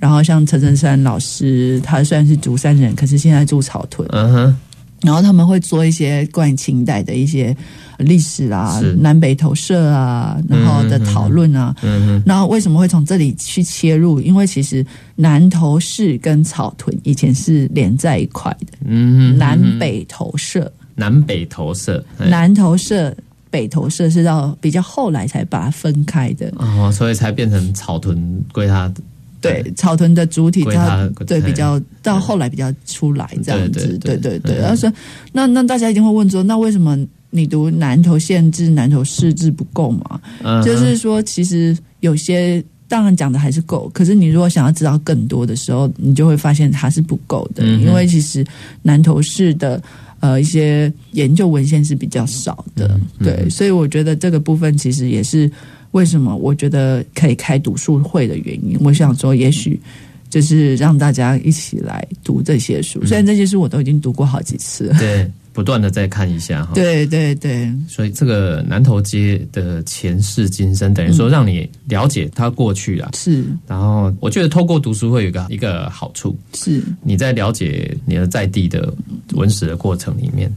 [SPEAKER 3] 然后像陈振山老师，他虽然是竹山人，可是现在住草屯，
[SPEAKER 2] 嗯哼，
[SPEAKER 3] 然后他们会做一些关于清代的一些历史啊
[SPEAKER 2] 是、
[SPEAKER 3] 南北投射啊，然后的讨论啊。
[SPEAKER 2] 嗯哼，
[SPEAKER 3] 然后为什么会从这里去切入？因为其实南投市跟草屯以前是连在一块的，
[SPEAKER 2] 嗯哼，
[SPEAKER 3] 南北投射。
[SPEAKER 2] 南北投射，哎
[SPEAKER 3] 南投社、北投社是到比较后来才把它分开的。
[SPEAKER 2] 哦，所以才变成草屯归他的
[SPEAKER 3] 对，草屯的主体
[SPEAKER 2] 归它
[SPEAKER 3] 它对
[SPEAKER 2] 嘿
[SPEAKER 3] 比较到后来比较出来这样
[SPEAKER 2] 对对
[SPEAKER 3] 子，对
[SPEAKER 2] 对
[SPEAKER 3] 对对。
[SPEAKER 2] 嗯
[SPEAKER 3] 然后说，那那大家一定会问说，那为什么你读南投县志、南投市志不够嘛？
[SPEAKER 2] 嗯哼
[SPEAKER 3] 就是说，其实有些当然讲的还是够，可是你如果想要知道更多的时候，你就会发现它是不够的，
[SPEAKER 2] 嗯哼
[SPEAKER 3] 因为其实南投市的呃一些研究文献是比较少
[SPEAKER 2] 嗯
[SPEAKER 3] 的，对，所以我觉得这个部分其实也是为什么我觉得可以开读书会的原因。我想说，也许。就是让大家一起来读这些
[SPEAKER 2] 嗯
[SPEAKER 3] 书，虽然这些书我都已经读过好几次了。
[SPEAKER 2] 对，不断的再看一下哈，，
[SPEAKER 3] 对对对，
[SPEAKER 2] 所以这个南头街的前世今生，等于说让你了解他过去啊。
[SPEAKER 3] 是
[SPEAKER 2] 然后我觉得透过读书会有一个一个好处，
[SPEAKER 3] 是，
[SPEAKER 2] 你在了解你的在地的文史的过程里面，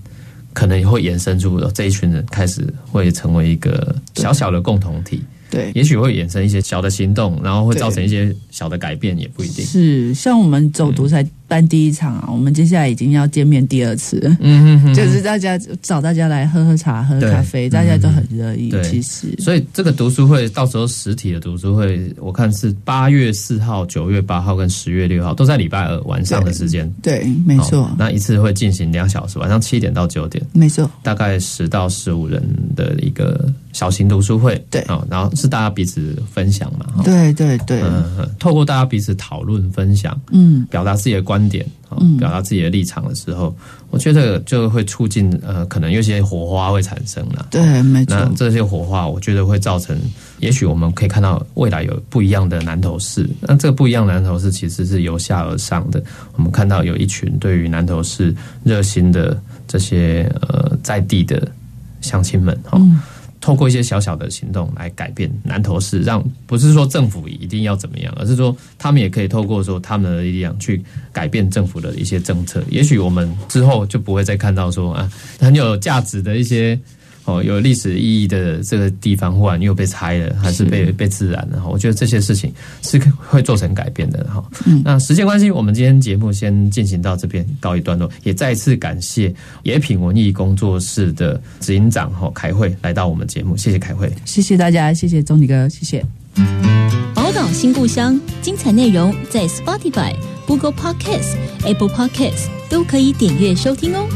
[SPEAKER 2] 可能也会延伸出这一群人开始会成为一个小小的共同体，
[SPEAKER 3] 对
[SPEAKER 2] 也许会衍生一些小的行动，然后会造成一些小的改变也不一定。
[SPEAKER 6] 是像我们走读才办第一场啊，我们接下来已经要见面第二次了，
[SPEAKER 2] 嗯哼哼，
[SPEAKER 6] 就是大家找大家来喝喝茶、喝
[SPEAKER 2] 对
[SPEAKER 6] 咖啡，大家都很乐意
[SPEAKER 2] 对。
[SPEAKER 6] 其实
[SPEAKER 2] 所以这个读书会到时候实体的读书会，我看是八月四号、九月八号跟十月六号都在礼拜二晚上的时间。
[SPEAKER 6] 对，没
[SPEAKER 2] 哦
[SPEAKER 6] 错，
[SPEAKER 2] 那一次会进行两小时，晚上七点到九点，
[SPEAKER 6] 没错，
[SPEAKER 2] 大概十到十五人的一个小型读书会。
[SPEAKER 6] 对
[SPEAKER 2] 哦，然后是大家彼此分享嘛。哦
[SPEAKER 6] 对对对，
[SPEAKER 2] 嗯，嗯透过大家彼此讨论、分享，
[SPEAKER 6] 嗯，
[SPEAKER 2] 表达自己的观点，哦表达自己的立场的时候，我觉得就会促进呃，可能有些火花会产生啦。
[SPEAKER 6] 对，没错
[SPEAKER 2] 那，这些火花，我觉得会造成，也许我们可以看到未来有不一样的南投市。那这个不一样的南投市其实是由下而上的，我们看到有一群对于南投市热心的这些呃在地的乡亲们哈。透过一些小小的行动来改变南投市，让不是说政府一定要怎么样，而是说他们也可以透过说他们的力量去改变政府的一些政策。也许我们之后就不会再看到说啊很有价值的一些哦有历史意义的这个地方忽然又被拆了，还是被被自然了。哈哦我觉得这些事情是可会做成改变的哈。那时间关系，我们今天节目先进行到这边告一段落，也再次感谢野品文艺工作室的执行长哈凯慧来到我们节目，谢谢凯慧。
[SPEAKER 6] 谢谢大家，谢谢钟迪哥，谢谢。
[SPEAKER 7] 宝岛新故乡，精彩内容在 Spotify、Google Podcasts、Apple Podcasts 都可以点阅收听哦。